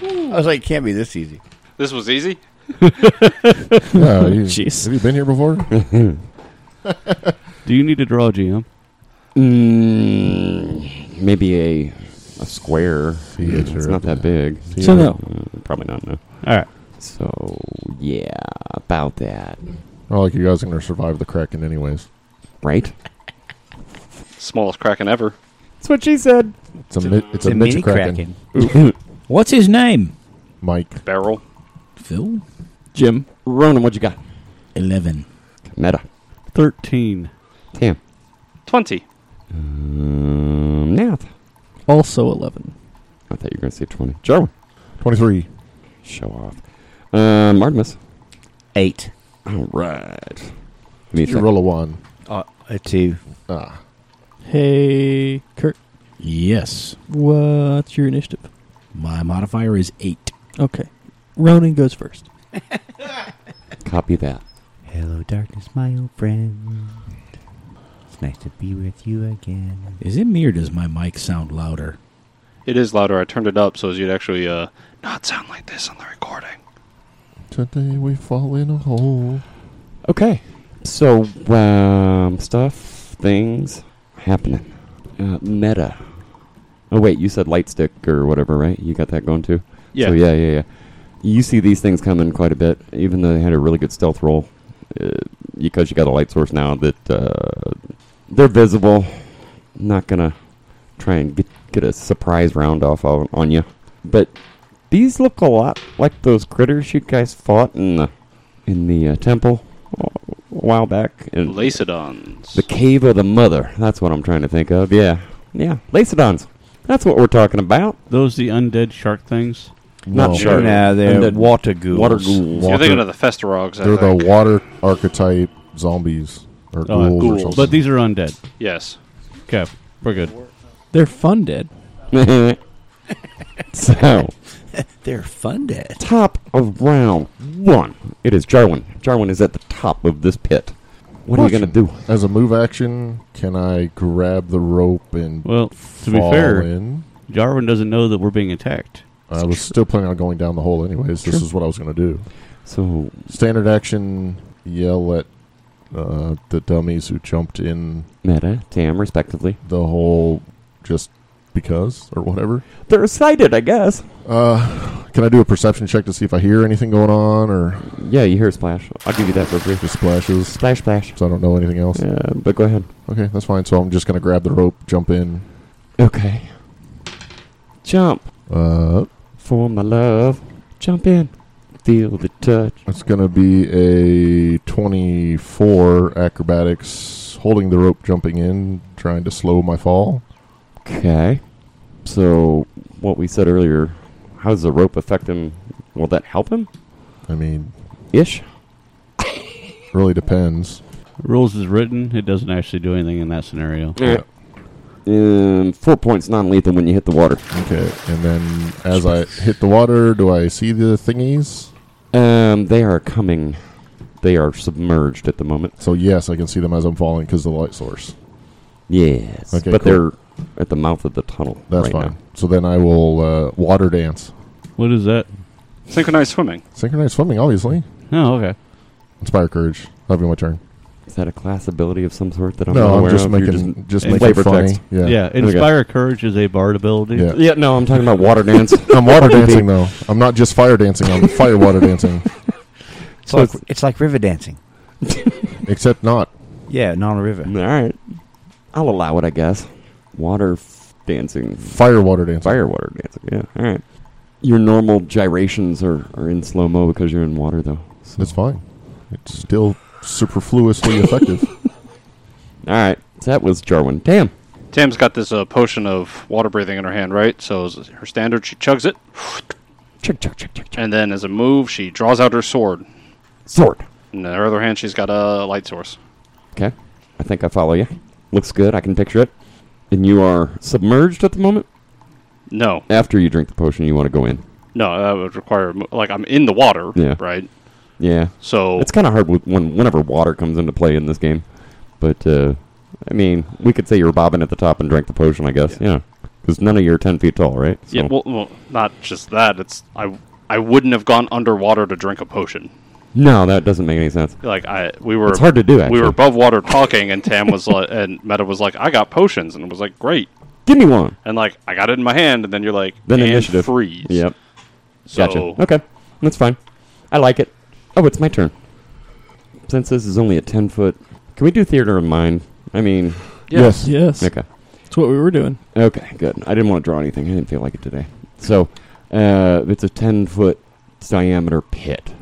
G: I was like, it can't be this easy.
E: This was easy.
C: Yeah, you,
D: Jeez.
C: Have you been here before? *laughs*
F: Do you need to draw, GM?
A: Mm, maybe a a square.
C: Theater.
A: It's not that big.
D: So no.
A: Uh, probably not. No.
F: All right.
A: So yeah, about that,
C: Not Oh, like you guys are going to survive the Kraken anyways.
A: right?
E: Smallest kraken ever.
A: That's what she said.
C: It's a, mi- it's a Mitch Kraken.
B: What's his name?
C: Mike.
E: Barrel.
B: Phil?
A: Jim, *laughs* Ronan, what you got?
B: 11.
A: Meta,
F: 13.
A: Tam,
E: Twenty.
A: um, Nath.
D: Also 11.
A: I thought you were gonna say twenty. Jarwin,
C: 23.
A: show off. Um, Artemis.
G: Eight.
A: All right.
C: You roll a 1.
G: Uh, a two.
C: Ah.
D: Hey, Kurt,
B: Yes.
D: what's your initiative?
B: My modifier is 8.
D: Okay. Ronan goes first.
A: Copy that.
G: Hello, darkness, my old friend. It's nice to be with you again.
B: Is it me or does my mic sound louder?
E: It is louder. I turned it up so as you'd actually uh, not sound like this on the recording.
C: Today we fall in a hole.
A: Okay. So, um, stuff, things happening. Uh, meta. Oh, wait, you said light stick or whatever, right? You got that going too? So, yeah, yeah, yeah. You see these things coming quite a bit, even though they had a really good stealth roll. Uh, because you got a light source now that uh, they're visible. Not going to try and get, get a surprise round off on, on you. But these look a lot like those critters you guys fought in the, in the uh, temple a while back. And
E: Lacedons.
A: the cave of the mother. That's what I'm trying to think of. Yeah. Yeah. Lacedons. That's what we're talking about.
F: Those the undead shark things?
A: Not
C: No,
A: sure.
G: Nah,
A: And
G: they're
A: the
G: water ghouls.
A: Water ghouls.
E: You're
C: Water-
E: thinking of the Festerogs. I
C: They're the
E: think.
C: water archetype zombies. Or
F: Oh,
C: ghouls,
E: ghouls.
C: or something.
F: But these are undead.
E: yes.
F: Okay, we're good.
D: They're fun dead.
A: *laughs* so,
G: They're fun dead.
A: top of round one. It is Jarwin. Jarwin is at the top of this pit. What are you going to do?
C: As a move action, can I grab the rope and
F: Well, to be
C: fall
F: fair,
C: in?
F: Jarwin doesn't know that we're being attacked.
C: I was still planning on going down the hole anyways. This is what I was going to do.
A: So,
C: Standard action, yell at uh, the dummies who jumped in
A: Meta, Tam, respectively.
C: the hole just because or whatever.
A: They're excited, I guess.
C: Uh, can I do a perception check to see if I hear anything going on or
A: Yeah, you hear a splash. I'll give you that for free.
C: just splashes?
A: Splash, splash.
C: So I don't know anything else.
A: Yeah, but go ahead.
C: Okay, that's fine. So I'm just going to grab the rope, jump in.
A: Okay. Jump.
C: Uh,
A: For my love, jump in, feel the touch.
C: It's going to be a 24 acrobatics, holding the rope, jumping in, trying to slow my fall.
A: Okay. So, what we said earlier, how does the rope affect him? Will that help him?
C: I mean,
A: Ish?
C: really depends.
F: Rules is written. It doesn't actually do anything in that scenario.
A: Yeah. Um, four points non lethal when you hit the water.
C: Okay, and then as I hit the water, do I see the thingies?
A: Um, they are coming. They are submerged at the moment.
C: So yes, I can see them as I'm falling because of the light source.
A: Yes.
C: Okay,
A: but
C: cool.
A: they're at the mouth of the tunnel.
C: That's
A: right
C: fine.
A: Now.
C: So then I will uh, water dance.
F: What is that?
E: Synchronized swimming.
C: Synchronized swimming, obviously.
F: Oh, okay.
C: Inspire courage. That'll be my turn.
A: Is that a class ability of some sort that I'm not
C: no, I'm
A: aware
C: just
A: of? You're
C: making just,
F: making
C: making
A: flavor
C: it funny.
A: text.
C: Yeah.
F: Yeah,
A: we go.
F: Inspire Courage is a bard ability.
C: Yeah.
A: Yeah, no, I'm talking about water dance. *laughs*
C: I'm water dancing though. I'm not just fire dancing. I'm fire
A: *laughs*
C: water dancing.
G: It's like, it's like river dancing.
C: Except not.
G: Yeah, not a river.
A: All right, I'll allow it, I guess. Water f- dancing,
C: Fire water dancing.
A: fire water dancing. Yeah, all right. Your normal gyrations are, are in slow mo because you're in water, though. So-
C: That's fine. It's still superfluously effective.
A: All right, so that was Jarwin. Damn.
E: Tam's got this uh, potion of water breathing in her hand, right? So as her standard, she chugs it,
A: Chug, chug, chug, chug, chug.
E: and then as a move, she draws out her sword.
A: Sword.
E: In her other hand, she's got a light source.
A: Okay, I think I follow you. Looks good. I can picture it. And you are submerged at the moment.
E: No,
A: After you drink the potion, you want to go in.
E: no, that would require mo- like I'm in the water,
A: Yeah.
E: right?
A: Yeah,
E: So
A: It's kind of hard with when whenever water comes into play in this game, but uh, I mean, we could say you're bobbing at the top and drank the potion, I guess. Yeah, because none of you are ten feet tall, right?
E: yeah,
A: So-
E: well, well, not just that. It's I I wouldn't have gone underwater to drink a potion.
A: no, that doesn't make any sense.
E: Like I we were
A: It's hard to do. Actually,
E: we were above water talking, and Tam was like, and Meta was like, I got potions, and it was like, great.
A: give me one.
E: And like I got it in my hand, and then you're like,
A: Then
E: and
A: initiative.
E: freeze.
A: Yep,
E: So,
A: gotcha. Okay, that's fine. I like it. Oh, it's my turn. Since this is only a ten foot, can we do theater of mind? I mean,
C: Yes.
D: Yes.
A: okay.
D: That's what we were doing.
A: Okay, good. I didn't want to draw anything. I didn't feel like it today. So, uh, it's a 10 foot diameter pit.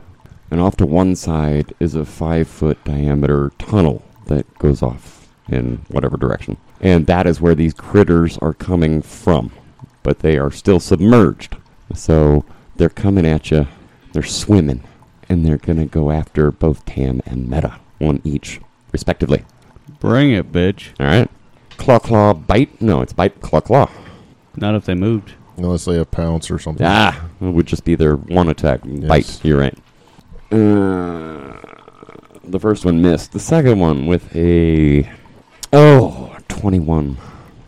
A: And off to one side is a 5 foot diameter tunnel that goes off in whatever direction. And that is where these critters are coming from. But they are still submerged. So, they're coming at you. They're swimming. And they're going to go after both Tam and Meta, one each, respectively.
F: Bring it, bitch.
A: All right? Claw, claw, bite? No, it's bite, claw, claw.
F: Not if they moved.
C: Unless they have pounce or something.
A: Ah, it would just be their one attack
C: Yes.
A: bite. You're right. Uh, the first one missed. The second one with a oh 21.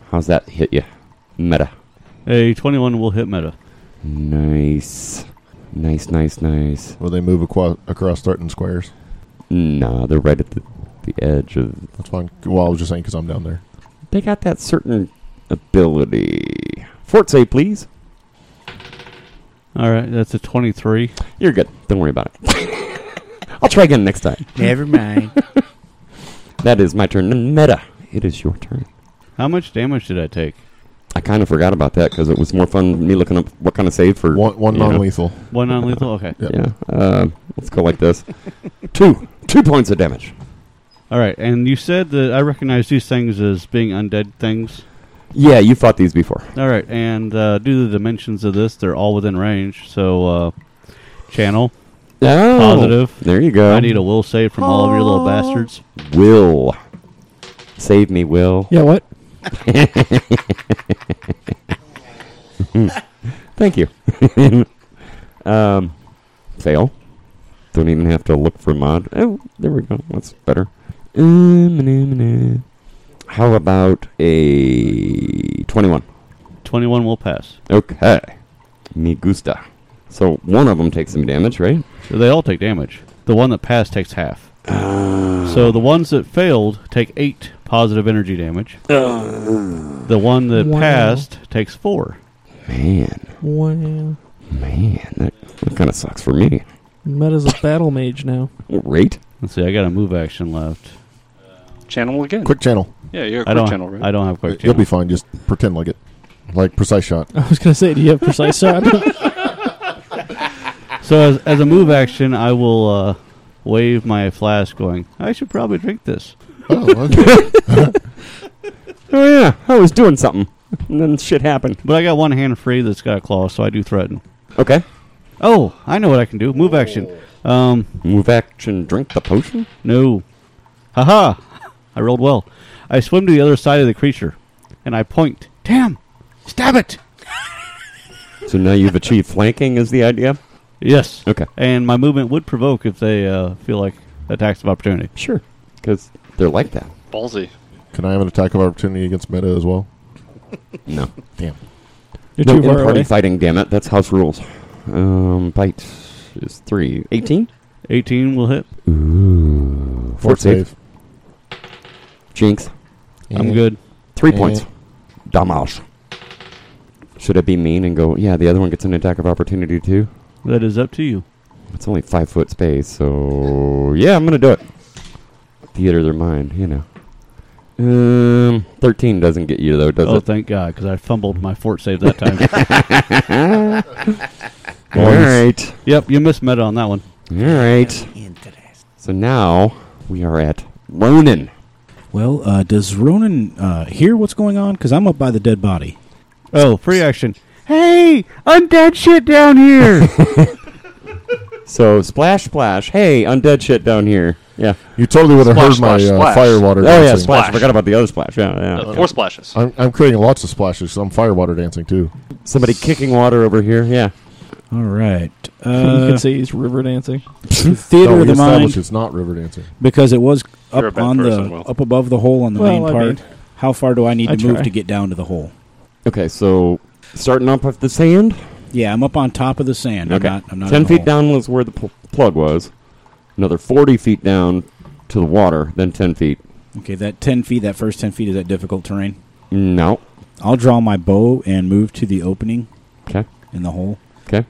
A: How's that hit you? Meta.
F: A 21 will hit meta.
A: Nice, nice, nice, nice.
C: Well, they move aqua- across threatened squares.
A: Nah, they're right at the, the edge of.
C: That's fine. Well, I was just saying because I'm down there.
A: They got that certain ability. Fort save, please.
F: All right, that's a 23.
A: You're good. Don't worry about it. *laughs* I'll try again next time.
G: *laughs* Never *laughs* mind.
A: That is my turn. Meta, it is your turn.
F: How much damage did I take?
A: I kind of forgot about that because it was more fun me looking up what kind of save for.
C: One, one
A: you know.
C: non lethal.
F: One non lethal? Okay.
A: Yeah. Uh, let's go like
C: *laughs*
A: this. two. Two points of damage.
F: All right, and you said that I recognize these things as being undead things.
A: Yeah, you fought these before.
F: All right, and uh, due to the dimensions of this, they're all within range. So, uh, channel,
A: Oh,
F: Positive.
A: There you go.
F: I need a will save from all of your little bastards.
A: will. Save me, Will.
D: Yeah, what?
A: Thank you. *laughs* um, fail. Don't even have to look for mod. Oh, there we go. That's better. Um, How about a 21?
F: 21 will pass.
A: Okay. Me gusta. So one of them takes some damage, right?
F: So they all take damage. The one that passed takes half. so the ones that failed take eight positive energy damage. the one that
D: Wow.
F: passed takes four.
A: Man,
D: Wow.
A: man, that, that kind of sucks for me.
D: Meta's a battle mage now. *laughs*
A: Great.
F: Let's see. I got a move action left.
E: channel again.
C: Quick channel.
E: Yeah, you're a
F: I
E: quick
F: don't.
E: channel, right?
F: I don't have quick
C: You'll be
F: channel.
C: fine. Just pretend like it. Like precise shot.
D: I was gonna say, do you have precise uh, shot?
F: so as, as a move action, I will uh, wave my flask, going. I should probably drink this.
C: Oh, okay.
A: Oh yeah, I was doing something, and then shit happened.
F: But I got one hand free that's got a claw, so I do threaten.
A: Okay.
F: Oh, I know what I can do. Move action. Um,
A: Move action, drink the potion.
F: No. Haha! I rolled well. I swim to the other side of the creature, and I point. Damn! Stab it!
A: So now you've achieved flanking, is the idea?
F: Yes.
A: Okay.
F: And my movement would provoke if they uh, feel like attacks of opportunity.
A: Sure. Because they're like that.
E: Ballsy.
C: *laughs* Can I have an attack of opportunity against meta as well?
A: No.
D: *laughs* You're
A: No
D: too far
A: in-party
D: away.
A: fighting, damn it. That's house rules. Um, bite is three. Eighteen.
F: 18 will hit.
A: Ooh. Fort save. Jinx.
F: I'm good.
A: Three
C: Yeah.
A: points. Damage. Should I be mean and go, yeah, the other one gets an attack of opportunity too?
F: That is up to you.
A: It's only five foot space, so yeah, I'm gonna do it. Theater, they're mine, you know. Um, thirteen doesn't get you though, does
F: oh,
A: it?
F: thank God, because I fumbled my fort save that time.
A: All right,
F: yep, you missed meta on that one.
A: all right. So now we are at Ronan.
B: Well, uh, does Ronan uh, hear what's going on? Because I'm up by the dead body.
F: Oh, free action. Hey, undead shit down here.
A: So splash, splash. Hey, undead shit down here. Yeah.
C: You totally would have
E: Splash,
C: heard my
E: splash,
C: uh,
E: splash.
C: fire water.
A: Oh yeah,
C: dancing.
A: splash.
E: Splash.
A: Forgot about the other splash. Yeah, yeah.
E: Uh, four splashes.
C: I'm, I'm creating lots of splashes. 'cause I'm fire water dancing too.
A: Somebody kicking water over here. Yeah.
B: All right.
D: you
B: Uh, *laughs*
D: could say he's river dancing.
C: no,
B: theater of
C: we
B: the
C: established
B: mind
C: it's not river dancing.
B: because it was
E: You're a
B: up
E: bad
B: on
E: person,
B: the
E: Will.
B: up above the hole on the
D: Well,
B: main
D: I
B: part.
D: mean,
B: How far do I need
D: I
B: to move
D: try.
B: to get down to the hole?
A: Okay, so starting up with the sand.
B: Yeah, I'm up on top of the sand.
A: Okay.
B: I'm not. I'm not in
A: Ten
B: the
A: feet
B: hole.
A: down was where the pl- plug was. Another forty feet down to the water, then ten feet.
B: Okay, that ten feet, that first ten feet, is that difficult terrain?
A: No.
B: I'll draw my bow and move to the opening
A: Okay.
B: in the hole.
A: Okay.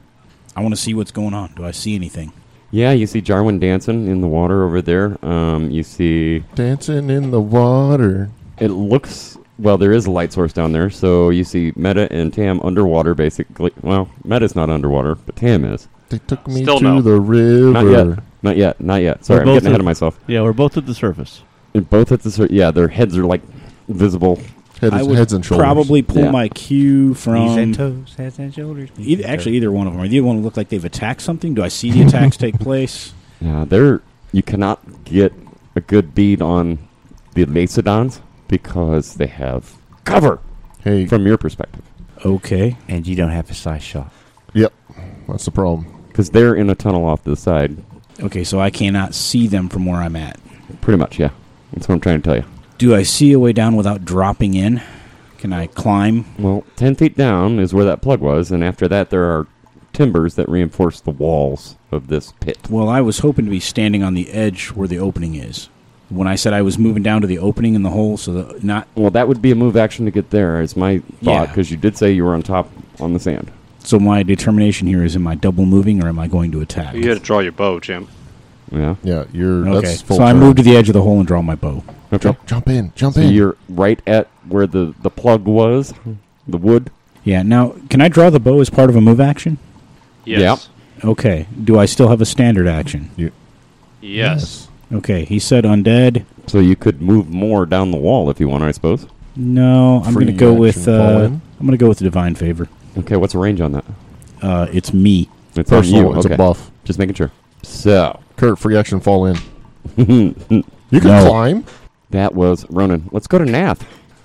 B: I want to see what's going on. Do I see anything?
A: Yeah, you see Jarwin dancing in the water over there. Um, you see
C: Dancing in the water.
A: it looks well. There is a light source down there, so you see Meta and Tam underwater, basically. Well, Meta's not underwater, but Tam is.
C: They took me
E: Still
C: to
E: no.
C: the river.
A: Not yet. Not yet. Not yet. Sorry,
F: They're
A: I'm
F: both
A: getting ahead
F: in-
A: of myself.
F: yeah, we're both at the surface.
A: And both at the cer- yeah, their heads are like visible.
C: Head,
B: I would
C: heads and shoulders.
B: Probably pull
A: Yeah.
B: my cue from.
G: toes, heads and shoulders.
B: Either, actually, either one of them. Or either one look like they've attacked something. Do I see the attacks take
A: *laughs*
B: place?
A: Yeah, they're you cannot get a good bead on the Macedons because they have cover
C: Hey,
A: from your perspective
B: Okay.
G: And you don't have a size shot.
C: that's the problem.
A: because they're in a tunnel off to the side,
B: Okay, so I cannot see them from where I'm at.
A: pretty much. Yeah, that's what I'm trying to tell you.
B: Do I see a way down without dropping in? Can I climb?
A: Well, 10 feet down is where that plug was, and after that, there are timbers that reinforce the walls of this pit.
B: Well, I was hoping to be standing on the edge where the opening is. When I said I was moving down to the opening in the hole, so the, not
A: Well, that would be a move action to get there, is my thought,
B: Yeah.
A: because you did say you were on top on the sand.
B: so my determination here is: am I double moving or am I going to attack?
E: You had to draw your bow, Jim.
A: Yeah.
C: Yeah, you're.
B: Okay,
C: That's full
B: so I
C: turn.
B: move to the edge of the hole and draw my bow.
A: Okay.
C: Jump, jump in, jump
A: So
C: in.
A: you're right at where the, the plug was, the wood.
B: Yeah. Now, can I draw the bow as part of a move action?
E: Yes.
B: Okay. Do I still have a standard action?
E: Yes.
B: Okay. He said undead.
A: So you could move more down the wall if you want, I suppose.
B: No, I'm going to
C: Free
B: go
C: action,
B: with
C: fall
B: uh,
C: in.
B: I'm going to go with the divine favor.
A: Okay, what's the range on that?
B: Uh, it's me.
A: It's on
C: Personal,
A: you.
C: it's
A: okay.
C: a buff.
A: Just making sure. So, *laughs*
C: Kurt, free action, fall in.
A: that
C: You can
B: No.
C: climb.
A: was Ronan. Let's go to Nath.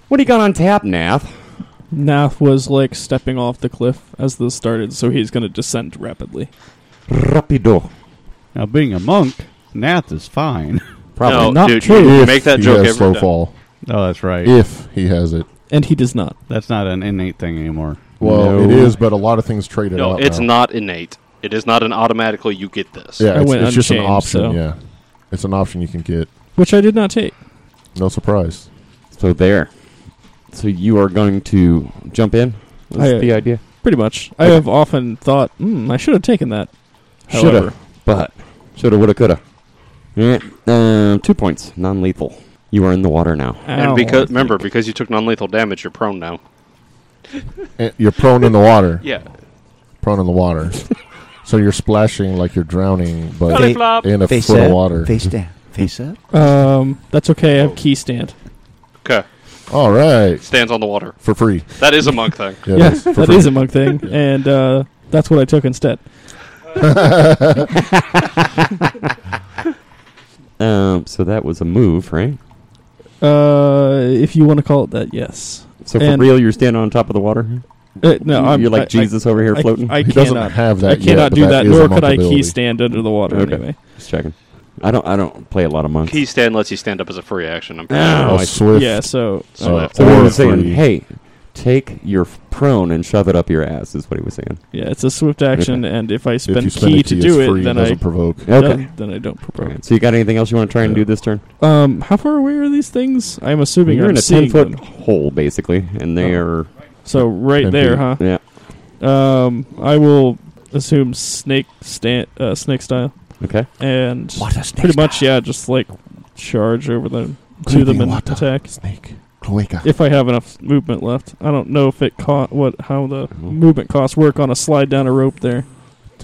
A: What do you got on tap, Nath?
D: Nath was like stepping off the cliff as this started, so he's going to descend rapidly.
A: Rapido.
F: Now, being a monk, Nath is fine. *laughs*
A: Probably.
E: no,
D: not
E: dude,
D: true.
E: You
C: If
E: make that
C: he
E: joke every
C: has slow
E: time.
C: fall.
F: Oh, that's right.
C: If he has it.
D: And he does not.
F: That's not an innate thing anymore.
C: Well,
A: No.
C: it is, but a lot of things trade it
E: No,
C: out
E: it's
C: now.
E: not innate. It is not an automatically you get this.
C: Yeah,
D: I
C: it's,
D: went
C: it's just an
D: unchanged,
C: option.
D: so.
C: Yeah, it's an option you can get.
D: Which I did not take.
C: No surprise.
A: So there. So you are going to jump in? That's
D: I-
A: the idea.
D: Pretty much. I
A: Okay.
D: have often thought, hmm, I should have taken that.
A: Shoulda.
D: However,
A: But shoulda, woulda, coulda. Yeah. Um, two points, non-lethal. You are in the water now.
D: ow.
E: And because remember, because you took non-lethal damage, you're prone now.
C: And Eh, you're prone in the water.
E: *laughs* Yeah.
C: Prone in the
E: *laughs*
C: water. so you're splashing like you're drowning, but
E: Belly flop.
C: in a
G: Face
C: foot
G: up,
C: of water.
G: face down, face up.
D: um, that's okay. I have key stand.
E: Okay.
C: All right,
E: Stands on the water.
C: for free.
E: That is a monk thing.
C: Yeah, *laughs*
D: yeah,
C: it is, for
D: that
C: free.
D: is a monk thing, and uh, that's what I took instead.
A: Um, so that was a move, right?
D: Uh, if you want to call it that, yes.
A: So for
D: And-
A: real, you're standing on top of the water.
D: Uh, no, I'm
A: you're like
D: I-
A: Jesus over here
D: I,
A: floating.
D: I, I
C: He doesn't
D: cannot.
C: have that.
D: I cannot
C: yet,
D: do
C: but
D: that.
C: is a
D: Nor could
C: monk
D: I
C: ability.
D: key stand under the water
A: Okay.
D: anyway.
A: Just checking. I don't. I don't play a lot of monks.
E: Key stand lets you stand up as a free action. I'm
A: Ah.
E: sure.
A: Oh, I
C: Oh,
A: see.
C: swift.
D: Yeah, so
E: So
C: uh,
E: that's-
A: so we
C: or
A: were saying,
C: free.
A: hey, Take your f- prone and shove it up your ass, is what he was saying.
D: Yeah, it's a swift action, and if I
C: If you
D: spend
C: spend
D: key
C: a key,
D: to
C: it's
D: do
C: free,
D: it, then I
C: doesn't provoke.
A: Okay.
D: then I don't provoke.
A: Alright, so you got anything else you want to try and do this turn?
D: Um, how far away are these things? I'm assuming
A: You're
D: I'm
A: in a ten
D: seeing
A: foot
D: them.
A: hole basically, and they are
D: So right
C: Ten
D: there,
C: feet.
D: huh?
A: yeah.
D: Um, I will assume snake stand, uh, snake style,
A: Okay.
D: and
G: What a snake
D: pretty much yeah, just like charge over them, do them and attack
C: Snake. Cloaca.
D: if I have enough movement left. I don't know if it caught what how the
C: Uh-huh.
A: Mhm.
D: movement costs work on a slide down a rope there.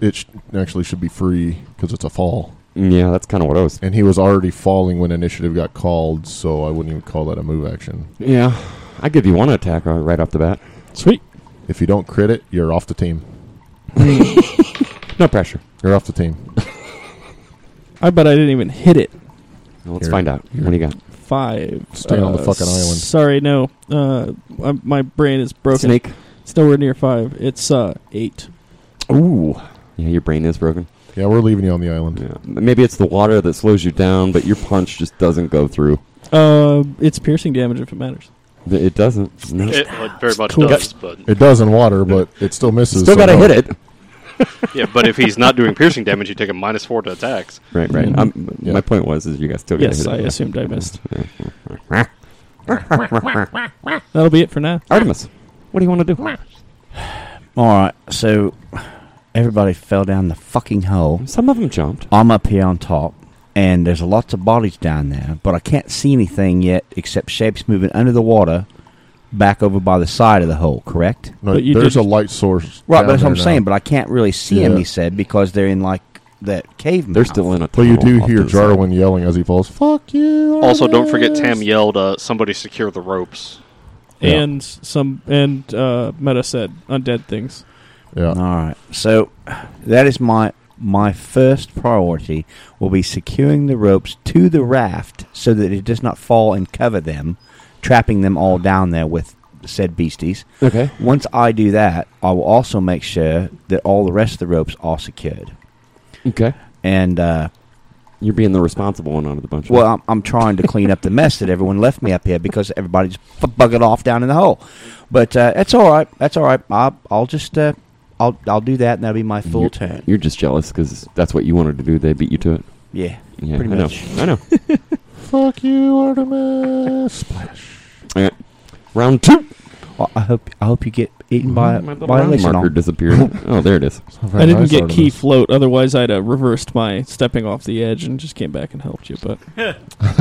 C: It sh- actually should be free because it's a fall.
A: Yeah, that's kind of what I was.
C: And he was already falling when initiative got called, so I wouldn't even call that a move action.
A: Yeah, I give you one attack uh, right off the bat.
D: Sweet.
C: If you don't crit it, you're off the team.
A: No pressure.
C: You're off the team.
D: I bet I didn't even hit it.
A: Well, let's
C: Here.
A: find out. What do you got?
D: Five.
C: Stay on the fucking island.
D: Uh, Sorry, no. Uh, i my brain is broken.
A: Snake.
D: It's nowhere near five. It's uh eight.
A: Ooh. Yeah, your brain is broken.
C: Yeah, we're leaving you on the island.
A: Yeah. Maybe it's the water that slows you down, but your punch just doesn't go through.
D: Uh, it's piercing damage if it matters.
A: Th- It doesn't. No.
E: It like, very much
A: Cool.
E: does, but
C: It does in water, but it still misses.
A: Still
C: so
A: got to
C: no.
A: hit it.
E: yeah. But if he's not doing piercing damage, you take a minus four to attacks.
A: Right, right.
D: Mhm.
A: I'm,
C: Yeah.
A: My point was, is you guys still got to
D: yes,
A: hit
D: I
A: it. yeah.
D: assumed I missed. That'll be it for now.
A: Artemis, what do you want to do?
G: All right, so everybody fell down the fucking hole.
A: Some of them jumped.
G: I'm up here on top, and there's lots of bodies down there, but I can't see anything yet except shapes moving under the water back over by the side of the hole, correct?
C: No,
D: But you
C: there's
D: did-
C: a light source.
G: Right,
C: down
G: but that's what
C: there
G: I'm
C: now.
G: saying, but I can't really see them,
C: Yeah.
G: he said, because they're in like that cave
A: They're
G: mouth.
A: still in a
C: Well, you
A: tunnel
C: do
A: off
C: hear
A: to the side.
C: Jarwin yelling as he falls. Fuck you.
E: Also, don't forget Tam
C: Artemis."
E: yelled, uh, "Somebody secure the ropes."
C: Yeah.
D: And some and uh, Meta said undead things.
C: Yeah.
G: All right, so that is my my first priority will be securing the ropes to the raft so that it does not fall and cover them, trapping them all down there with said beasties.
A: Okay.
G: Once I do that, I will also make sure that all the rest of the ropes are secured.
A: Okay.
G: And uh,
A: You're being the responsible one out of the bunch.
G: well, I'm, I'm trying to clean up the mess that everyone left me up here because everybody just f- buggered off down in the hole. But uh, that's all right. That's all right. I'll, I'll just uh, I'll I'll do that, and that'll be my full turn.
A: You're just jealous because that's what you wanted to do. They beat you to it.
G: Yeah,
A: Yeah,
G: pretty
A: I
G: much.
A: Know. I know.
C: Fuck you, Artemis. Splash.
A: Round two.
G: Well, I hope I hope you get eaten by
A: My little
G: by a
A: round
G: lizard.
A: marker
C: *laughs*
A: disappeared. oh, there it is.
D: I didn't get key float, otherwise I'd have reversed my stepping off the edge and just came back and helped you. But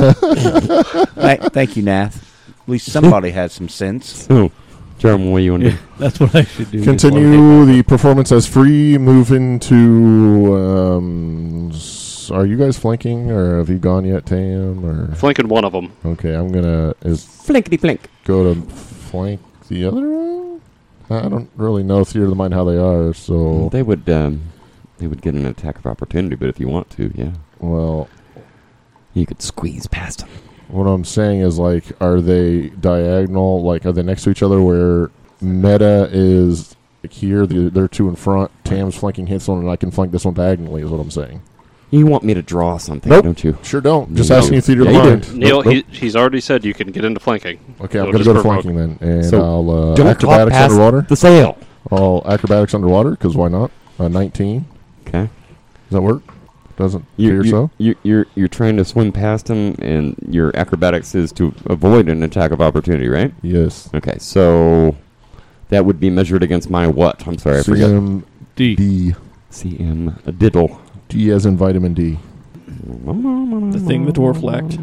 C: *laughs*
G: Thank, thank you, Nath. At least somebody had some sense.
A: So, Jarwin, what do you want to
F: Yeah, that's what I should do.
C: Continue the performance as free. Move into. Um, s- are you guys flanking, or have you gone yet, Tam? Or
E: Flanking one of them.
C: okay, I'm gonna is
A: do? Flinkety flink.
C: go to flank the other one. I don't really know theater of the mind how they are,
D: Mm,
C: so
A: They would um, they would get an attack of opportunity, but if you want to, yeah,
C: well.
A: you could squeeze past them.
C: What I'm saying is, like, are they diagonal? Like, are they next to each other? Where Meta is like, here, the, they're two in front. Tam's flanking his one, and I can flank this one diagonally. Is what I'm saying.
A: You want me to draw something,
C: Nope.
A: don't you?
C: Sure, don't. Just
A: No.
C: asking you theater
A: Yeah,
C: of the
A: you
C: mind.
E: Neil,
C: Nope, nope.
E: he, he's already said you can get into flanking.
C: Okay, I'm gonna
E: It'll just
C: go to
E: provoke.
C: flanking then, and
A: So,
C: I'll uh,
A: don't walk
C: acrobatics
A: past
C: underwater.
A: The sail.
C: I'll acrobatics underwater because why not? Uh, 19.
A: Okay.
C: Does that work? Doesn't
A: You,
C: appear so.
A: you, you, you're you're trying to swim past him, and your acrobatics is to avoid an attack of opportunity, right?
C: Yes.
A: Okay, so that would be measured against my what? I'm sorry, I forgot.
C: CM
F: D.
C: D.
A: CM a diddle.
C: D as in vitamin D.
D: the thing the dwarf lacked.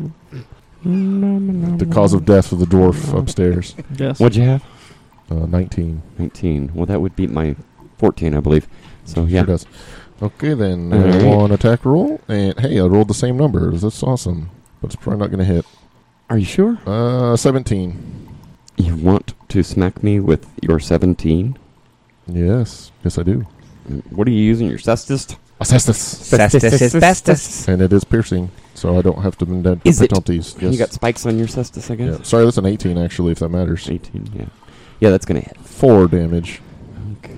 C: The cause of death of the dwarf upstairs.
D: Yes.
A: What'd you have?
C: Uh, 19.
A: 19. Well, that would beat my 14, I believe. So yeah,
C: Sure does. Okay, then
A: All right.
C: uh, one attack roll, and hey, I rolled the same numbers. That's awesome, but it's probably not going to hit.
A: are you sure?
C: Uh, 17.
A: You want to smack me with your 17?
C: Yes, yes, I do.
A: What are you using? Your cestist?
C: Assessus.
G: Cestus is bestus.
C: And it is piercing, so I don't have to mend
A: Is it?
C: penalties.
A: You
C: Yes.
A: got spikes on your cestus, I guess?
C: Yeah. Sorry, that's an 18 actually, if that matters.
A: 18, yeah. Yeah, that's going to hit.
C: Four damage,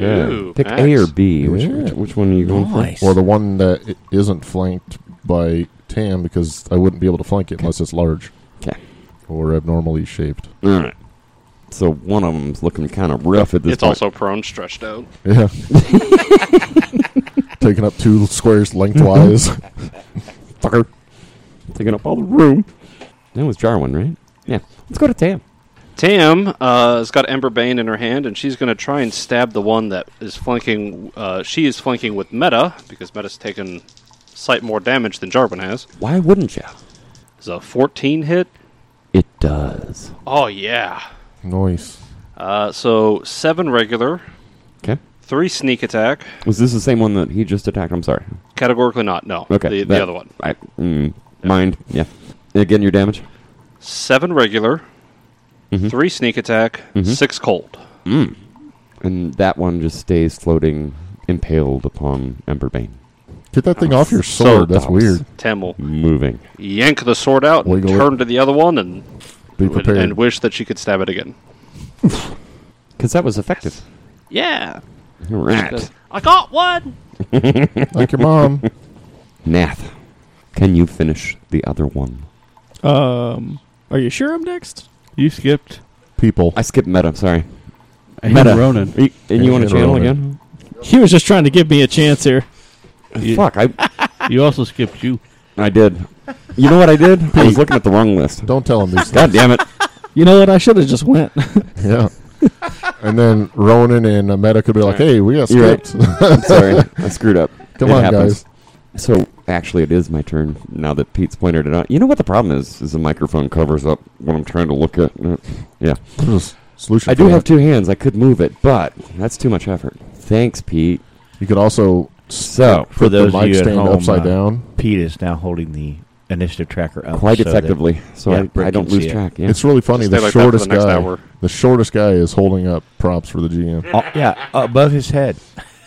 E: Ooh,
A: Pick
E: nice.
A: A or B. Which,
C: Yeah.
A: which, which one are you going
G: Nice.
C: or the one that i- isn't flanked by Tam, because I wouldn't be able to flank it unless it's large
A: Okay.
C: or abnormally shaped.
A: for? All right. So one of them's looking kind of rough at this
E: It's
A: point.
E: also prone, stretched out.
C: Yeah. Taking up
A: *laughs*
C: two squares lengthwise. *laughs*
A: fucker. Taking up all the room. That was Jarwin, right? Yeah. Let's go to Tam.
E: Tam uh, has got Ember Bane in her hand, and she's going to try and stab the one that is flanking. Uh, she is flanking with Meta because Meta's taken slight more damage than Jarwin has.
A: Why wouldn't you?
E: Is a 14 hit?
A: It does.
E: Oh yeah.
C: nice.
E: Uh, so seven regular,
A: Okay.
E: three sneak attack.
A: Was this the same one that he just attacked? I'm sorry.
E: Categorically not. No.
A: Okay.
E: The,
A: that-
E: the other one.
A: I, mm, Mind. Yeah. Again, your damage.
E: Seven regular,
C: Mm-hmm.
A: Mhm.
E: three sneak attack,
A: Mhm.
E: six cold.
A: Mm. And that one just stays floating, impaled upon Emberbane.
C: Get that thing off your
A: So
C: sword. That's
A: dumb.
C: weird.
E: Tam will
A: Moving.
E: yank the sword out and
C: Wiggle it.
E: turn to the other one and
C: Be
E: and-
C: prepared.
E: and wish that she could stab it again.
A: Because that was effective.
E: Yeah.
A: Right.
E: I got one.
C: like
A: *laughs*
C: your mom.
A: Nath, can you finish the other one?
D: Um, are you sure I'm next?
F: You skipped
C: People.
A: I skipped meta, sorry.
F: Aaron
A: Meta.
F: Ronan.
A: Are you- and you want to
C: Aaron
A: channel
C: Ronan.
A: again?
D: He was just trying to give me a chance here.
F: You,
A: Fuck, I
F: you also skipped you.
A: I did. You know what I did? I was looking at the wrong list.
C: Don't tell
A: *laughs*
C: him these.
A: God damn it.
D: You know what? I should have just went.
C: yeah. And then Ronan and uh, Meta could be like, "Hey, we got
A: You're right.
C: skipped.
A: I'm
C: *laughs*
A: sorry. I screwed up.
C: Come
A: It
C: on,
A: happens.
C: guys."
A: So actually it is my turn now that Pete's pointed it out. You know what the problem is? Is the microphone covers up what I'm trying to look at. Yeah.
C: There's a Solution.
A: I do
C: for
A: have
C: that.
A: two hands. I could move it, but that's too much effort. Thanks, Pete.
C: You could also
A: So,
C: put the
G: those of
C: mic
G: you at
C: stand
G: home,
C: upside
G: uh,
C: down.
G: Pete is now holding the initiative tracker up.
A: quite
G: so that-
A: effectively, so
G: yeah,
A: I,
G: Brett
A: I don't
G: can
A: lose
G: see it.
A: track. Yeah.
C: It's really funny.
E: Just
C: The
E: stay like that for
C: shortest
E: the next
C: guy.
E: hour.
C: The shortest guy is holding up props for the GM.
G: Oh, yeah, above his head.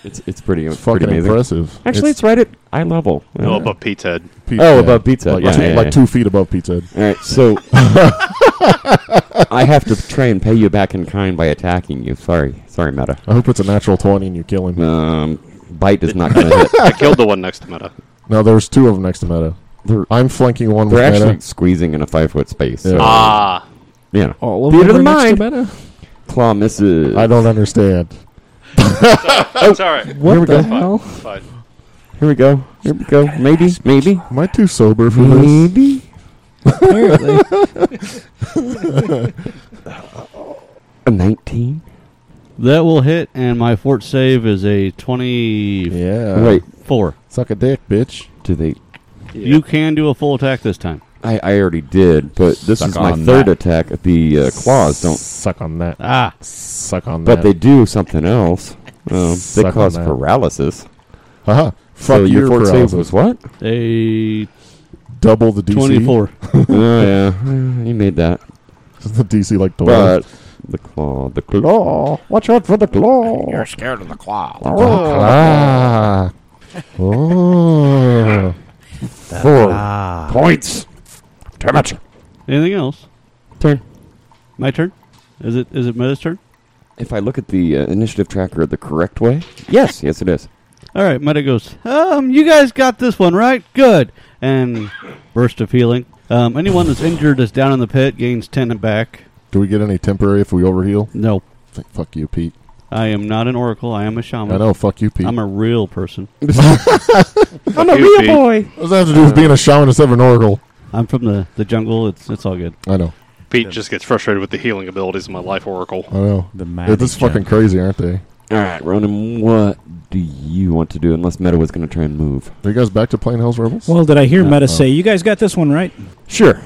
A: It's it's pretty
C: It's
A: it's pretty
C: fucking
A: amazing.
C: impressive.
A: Actually, it's, right at eye level.
E: No,
A: Yeah.
E: above Pete's head.
C: Pete-
A: oh,
C: yeah.
A: above Pete's head.
C: Like,
A: Yeah,
C: two,
A: yeah,
C: like
A: yeah.
C: two feet above Pete's head.
A: All right, so *laughs* I have to try and pay you back in kind by attacking you. Sorry, sorry, Meta.
C: I hope it's a natural twenty and you kill him.
A: Um, bite is not going *laughs* to hit.
E: I killed the one next to Meta.
C: No, there's two of them next to Meta.
A: They're,
C: I'm flanking one with
A: they're
C: Meta.
A: actually squeezing in a five foot space. So,
C: Yeah.
E: Ah.
A: you know,
D: All of
A: Theater
D: them
A: of the
D: are next to
A: mind.
D: Meta.
A: claw misses.
C: I don't understand.
E: That's all right.
D: What
A: we go.
D: the hell?
E: Fine.
A: Here we go. Here we go. Maybe, maybe,
C: Am I too sober for this?
A: maybe.
D: Apparently.
A: A nineteen.
F: That will hit, and my fort save is a 24.
C: Yeah.
A: Wait,
C: Suck a dick, bitch.
A: do they?
F: You can do a full attack this time.
A: I, I already did, but this
G: Suck
A: is my
G: on
A: third
G: that.
A: attack. The uh, claws don't
C: suck on that.
F: Ah,
C: Suck on
A: But
C: that.
A: they do something else. Um, they
C: Suck
A: cause
C: on that.
A: paralysis.
C: Haha. Fuck
A: so your
C: your
A: fort save
C: paralysis.
A: was what?
F: a
C: double the DC.
F: 24.
A: oh yeah, Yeah, you made that.
C: *laughs* the DC like the
A: But the claw, the claw. Watch out for the claw. You're scared of the claw.
C: Ah. Oh.
A: Four points. Damn it.
F: Anything else?
A: Turn.
F: My turn? Is it is it Meta's turn?
A: If I look at the uh, initiative tracker the correct way, yes, yes it is.
F: All right, Meta goes, um, you guys got this one, right? Good.
C: *laughs*
F: And burst of healing. Um, anyone that's injured is down in the pit gains 10 and back.
C: Do we get any temporary if we overheal?
F: No,
C: F- Fuck you, Pete.
F: I am not an oracle. I am a shaman.
C: I know. Fuck you, Pete.
F: I'm a real person.
E: I'm a real boy.
C: what does that have to do with being a shaman and seven oracle?
F: I'm from the, the jungle. It's it's all good.
C: I know.
E: Pete just gets frustrated with the healing abilities of my life oracle.
C: I know.
G: The
C: They're just fucking crazy, aren't they?
A: All right, Ronan, what do you want to do? Unless Meta was going to try and move.
C: Are you guys back to playing Hell's Rebels?
B: Well, did I hear
F: Uh-oh.
B: Meta say, you guys got this one right?
A: Sure.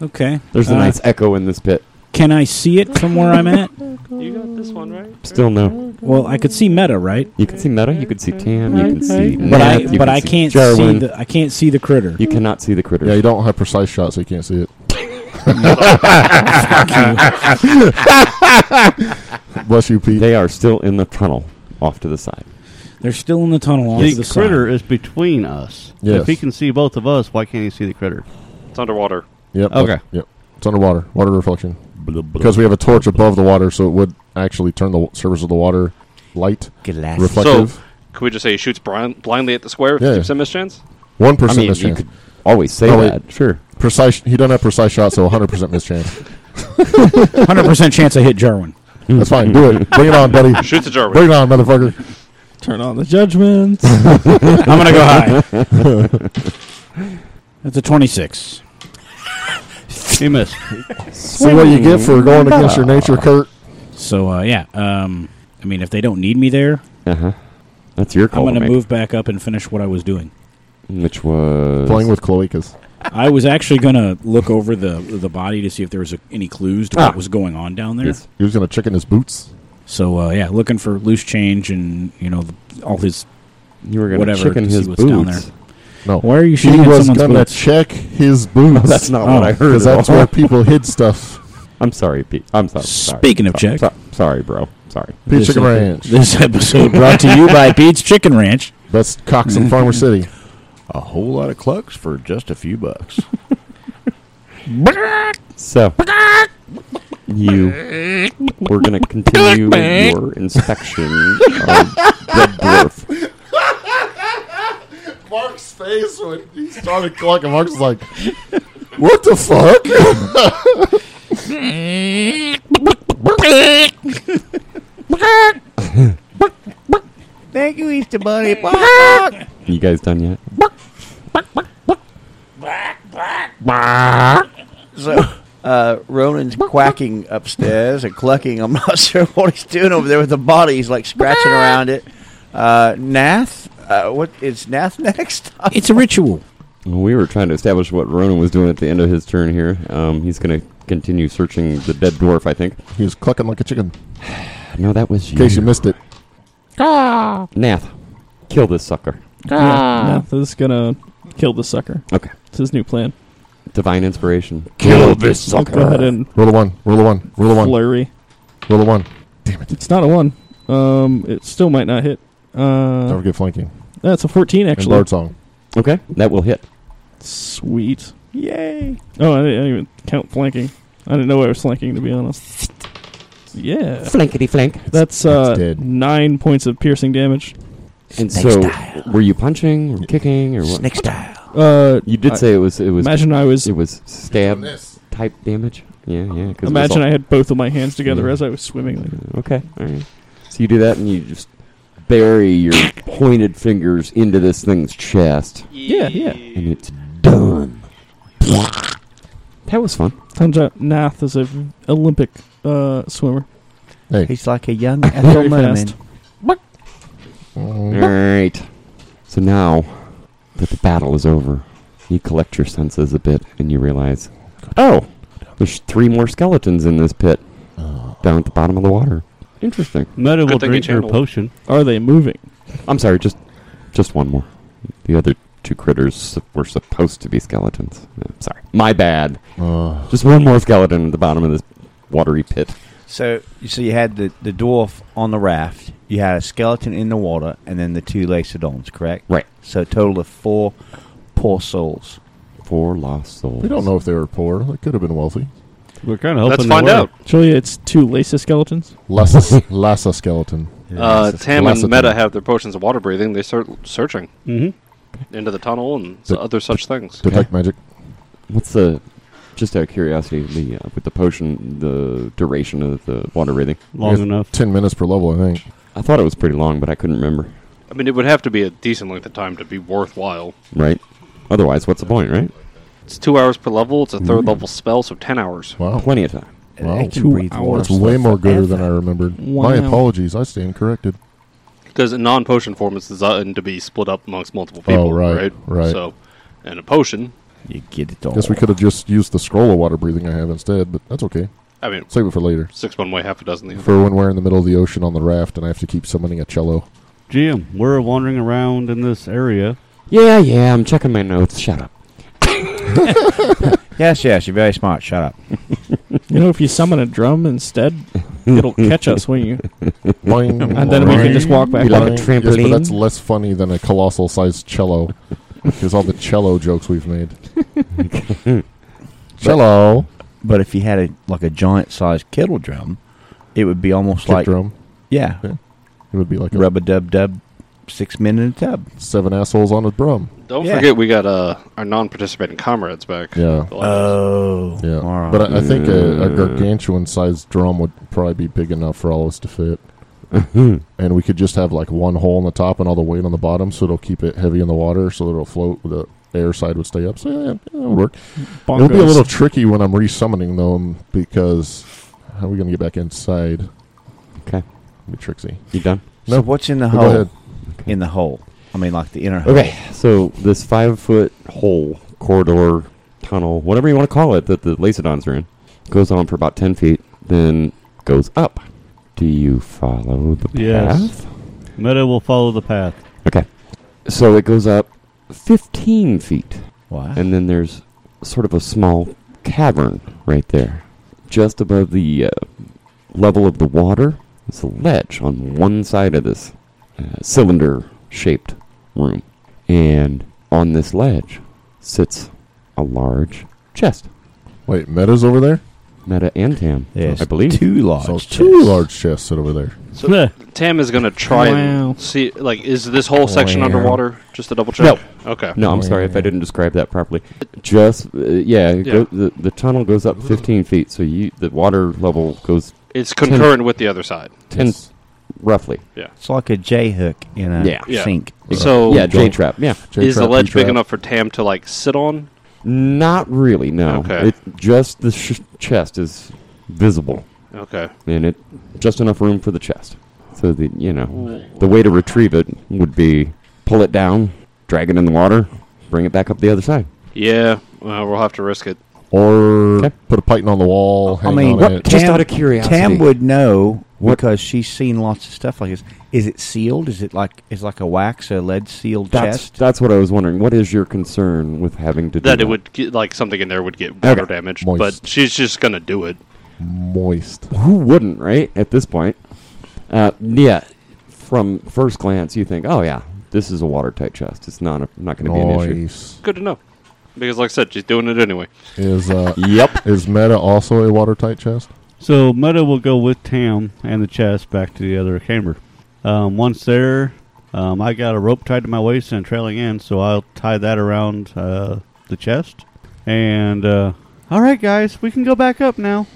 B: Okay.
A: There's a
B: Uh,
A: nice echo in this pit.
B: Can I see it from where I'm at?
E: You got this one right.
A: Still no.
B: Well, I could see Meta, right?
A: You can see Meta. You can see
C: Mm-hmm.
A: Tam. You can see.
B: But
A: Nath,
B: I
A: you
B: but
A: can
B: I
A: see
B: can't see
A: Jarwin.
B: the I can't see the critter.
A: You cannot see the critter.
C: Yeah, you don't have precise shots, so you can't see it. *laughs* Bless you, Pete.
A: they are still in the tunnel off to the side.
B: They're still in the tunnel off to
F: the
B: the
F: critter
B: side.
F: is between us.
C: Yes.
F: If he can see both of us, why can't he see the critter?
E: It's underwater.
C: Yep.
F: Okay.
C: that's- Yep. It's underwater. Water reflection. Because we have a torch above the water, so it would actually turn the wa- surface of the water light reflective.
E: Can we just say he shoots blind, blindly at the square if
C: Yeah.
E: he keeps a mischance?
C: One
A: I
C: percent
A: mean,
C: mischance.
A: you could always say
C: Oh, wait.
A: that. Sure.
C: Precise. He doesn't have precise shots, so 100 percent mischance.
B: Hundred percent chance I hit Jarwin.
A: Mm.
C: That's fine. Do it. Bring it on, buddy.
E: Shoot the Jarwin.
C: Bring it on, motherfucker.
D: Turn on the judgments.
B: I'm gonna go high.
A: *laughs*
B: That's a twenty-six.
F: He missed.
C: See what you get for going against your nature, Kurt.
B: So uh, yeah, um, I mean, if they don't need me there,
A: Uh huh. That's your
B: I'm
A: call. to
B: gonna
A: make.
B: move back up and finish what I was doing.
A: Which was
C: Playing with cloacas.
B: I was actually gonna look over the the body to see if there was a, any clues to what
A: Ah.
B: was going on down there.
A: Yes.
C: He was gonna chicken his boots.
B: So uh, yeah, looking for loose change and you know all his.
A: You were going to
B: whatever
A: chicken
B: to see
A: his
B: what's down
A: boots.
C: No,
B: Why are you
C: he
B: shooting at
C: was
B: someone's
C: gonna
B: boots?
C: check his boots.
A: That's not
B: Oh,
A: what I heard.
C: because
A: at
C: that's
A: all.
C: where people hid
A: *laughs*
C: stuff.
A: I'm sorry, Pete. I'm sorry. sorry.
B: Speaking of
A: Sorry.
B: check,
A: So- sorry, bro. Sorry.
C: Peach
B: This
C: Chicken
B: epi-
C: Ranch.
B: This episode brought to you *laughs* by Pete's Chicken Ranch.
C: That's Cox and
A: *laughs*
C: Farmer City.
G: A whole lot of clucks for just a few bucks.
A: So you we're going to continue your inspection of Red
B: *laughs*
A: Dwarf.
C: Mark's face when he started clucking. Mark's like, "What the
A: *laughs*
C: fuck?"
G: Thank you,
D: *laughs*
G: Easter Bunny.
A: You guys done yet?
G: So, uh, Ronan's quacking upstairs and clucking. I'm not *laughs* sure what he's doing over there with the body. He's like scratching around it. Uh, Nath, uh, what is Nath *laughs* next?
B: It's a ritual.
A: Well, we were trying to establish what Ronan was doing at the end of his turn here. Um, he's going to continue searching the dead dwarf, I think.
C: he was clucking like a chicken.
A: No, that was
C: In case you missed it,
A: Nath, kill this sucker.
D: Yeah, Nath is gonna kill the sucker.
A: Okay.
D: It's his new plan.
A: Divine inspiration.
C: Kill this
D: Go ahead and
C: roll a one, roll a one, roll a one,
D: flurry.
C: roll a one.
D: It's not a one. Um, it still might not hit.
C: Don't
D: Uh,
C: forget flanking
D: that's a fourteen
C: and
D: actually.
C: bard song.
A: Okay, that will hit.
D: Sweet. Yay. Oh, I didn't, I didn't even count flanking. I didn't know I was flanking to be honest. Yeah.
A: Flankety flank.
D: That's
C: That's
D: uh,
C: dead.
D: nine points of piercing damage.
A: And so, were you punching or kicking or what?
D: Uh,
A: You did
D: I-
A: say it was it was
D: imagine I was
A: it was stab type damage. Yeah, yeah. 'cause it was
D: imagine
A: all-
D: I had both of my hands together
A: Yeah.
D: as I was swimming. Like,
A: Okay, all right. So you do that, and you just bury your pointed fingers into this thing's chest,
D: yeah, yeah.
A: and it's done. That was fun.
D: Turns out Nath is a v- Olympic uh, swimmer.
C: Hey,
G: He's like a young
D: Very
G: Ethel Merman.
D: fast.
A: All
C: mm,
A: right. So now that the battle is over, you collect your senses a bit and you realize, oh, there's three more skeletons in this pit down at the bottom of the water. Interesting.
F: Meta will
E: Good thing he
F: drink her
E: channeled.
F: potion.
D: Are they moving?
A: I'm sorry, just just one more. The other two critters were supposed to be skeletons. Yeah, sorry, my bad.
C: uh,
A: Just one more skeleton at the bottom of this watery pit.
G: So, so you had the, the dwarf on the raft, you had a skeleton in the water, and then the two Lacedons, correct?
A: Right.
G: So, a total of four poor souls.
A: Four lost souls.
C: we don't know if they were poor. They could have been wealthy.
F: We're kind of
E: Let's
F: hoping
E: find
F: they were.
E: out.
D: Surely it's two Lacey skeletons.
A: *laughs*
C: Lassa, Lassa skeleton.
E: Uh, Tam and
C: Velocity.
E: Meta have their potions of water breathing. They start searching
F: Mhm.
E: into the tunnel and s-
C: The-
E: other such things.
C: Detect magic.
A: What's the? Just out of curiosity, the uh, with the potion, the duration of the water breathing.
F: Long
C: Yes.
F: enough.
C: Ten minutes per level, I think.
A: I thought it was pretty long, but I couldn't remember.
E: I mean, it would have to be a decent length of time to be worthwhile.
A: Right? Otherwise, what's the point, right?
E: It's two hours per level. It's a third level spell, so ten hours.
C: Wow,
A: Plenty of time.
C: Wow.
G: They can
D: Two
G: breathe water
C: that's way more gooder than I remembered.
D: Wow.
C: My apologies. I stand corrected.
E: Because in non potion form, it's designed to be split up amongst multiple people.
C: Oh, right, right.
E: So, and a potion,
G: You get it all.
C: Guess we could have just used the scroll of water breathing I have instead, but that's okay.
E: I mean,
C: Save it for later.
E: six one way, half a dozen the other.
C: For when we're in the middle of the ocean on the raft and I have to keep summoning a *laughs* cello.
F: GM, we're wandering around in this area.
A: Yeah, yeah, I'm checking my notes. Shut up.
G: Yes, yes, you're very smart. Shut up.
D: You know, if you summon a drum instead,
C: *laughs*
A: *laughs*
D: it'll catch us, won't you?
C: Boing,
D: And then we can just walk
A: Be
D: back.
A: like
D: Like
A: a
C: Yes, but
A: trampoline.
C: that's less funny than a colossal sized *laughs* cello. Because all the cello jokes we've made. cello.
G: But if you had a like a giant sized kettle drum, it would be almost
C: Kick
G: like
C: drum.
G: yeah,
C: It would be like a
G: rub a dub dub six men in a tub.
C: Seven assholes on a drum.
E: Don't
G: Yeah.
E: forget, we got uh, our non-participating comrades back.
C: Yeah.
G: Oh,
C: Yeah, but uh, I, I think a, a gargantuan-sized drum would probably be big enough for all of us to fit, and we could just have like one hole in the top and all the weight on the bottom, so it'll keep it heavy in the water, so that it'll float. The air side would stay up, so yeah, yeah, it'll work. It'll be a
D: Bongos.
C: little tricky when I'm resummoning them because how are we going to get back inside?
A: Okay.
C: be tricksy.
A: You done?
G: So what's in the
C: Go
G: hole?
C: ahead.
G: In the hole. I mean, like the inner. hole.
A: Okay, so this five foot hole, corridor, tunnel, whatever you want to call it, that the Lacedons are in, goes on for about 10 feet, then goes up. Do you follow the
F: Yes.
A: path?
F: Meta will follow the path.
A: Okay. So it goes up 15 feet,
G: Wow.
A: and then there's sort of a small cavern right there. Just above the uh, level of the water, there's a ledge on one side of this uh, cylinder shaped room. And on this ledge sits a large chest.
C: Wait, Meta's over there.
A: Meta and Tam,
G: Yes,
A: I believe.
G: two large.
C: so
G: chests.
C: two large chests sit over there.
E: So Tam is gonna try
D: Wow.
E: and see. Like, is this whole section
C: Wow.
E: underwater? Just to double check. No. Okay.
A: No, I'm sorry if I didn't describe that properly. Just, uh, yeah, it
E: Yeah.
A: Go, the, the tunnel goes up 15 feet, so you the water level goes
E: It's concurrent with the other side.
A: 10 roughly.
G: It's like a J hook in a
A: Yeah.
E: Yeah.
G: sink.
E: So
A: yeah, J trap. Yeah.
E: is the
C: Uh, J-trap,
E: ledge big
C: P-trap.
E: enough for Tam to like sit on?
A: Not really, no.
E: Okay.
A: It, just the sh- chest is visible,
E: Okay.
A: and it just enough room for the chest. So the you know the way to retrieve it would be pull it down, drag it in the water, bring it back up the other side.
E: Yeah. Well, we'll have to risk it.
C: Or
A: Okay.
C: put a python on the wall.
G: I
C: hang
G: mean,
C: on
G: what-
C: it.
G: Tam-
A: just out of curiosity,
G: Tam would know
A: What-
G: because she's seen lots of stuff like this. Is it sealed? Is it like is like a wax a lead sealed
A: That's
G: chest?
A: that's what I was wondering. What is your concern with having to do
E: That it would get, like something in there would get water damage,
C: Moist.
E: but she's just gonna do it.
C: Moist.
A: Who wouldn't, right? At this point, uh, yeah. From first glance, you think, oh yeah, this is a watertight chest. It's not a, not going to be an issue.
C: Nice.
E: Good to know, because like I said, she's doing it anyway.
C: Is uh,
A: Yep.
C: Is Meta also a watertight chest?
F: So Meta will go with Tam and the chest back to the other chamber. Um, once there, um, I got a rope tied to my waist and a trailing end, so I'll tie that around uh, the chest. And uh, all right, guys, we can go back up now.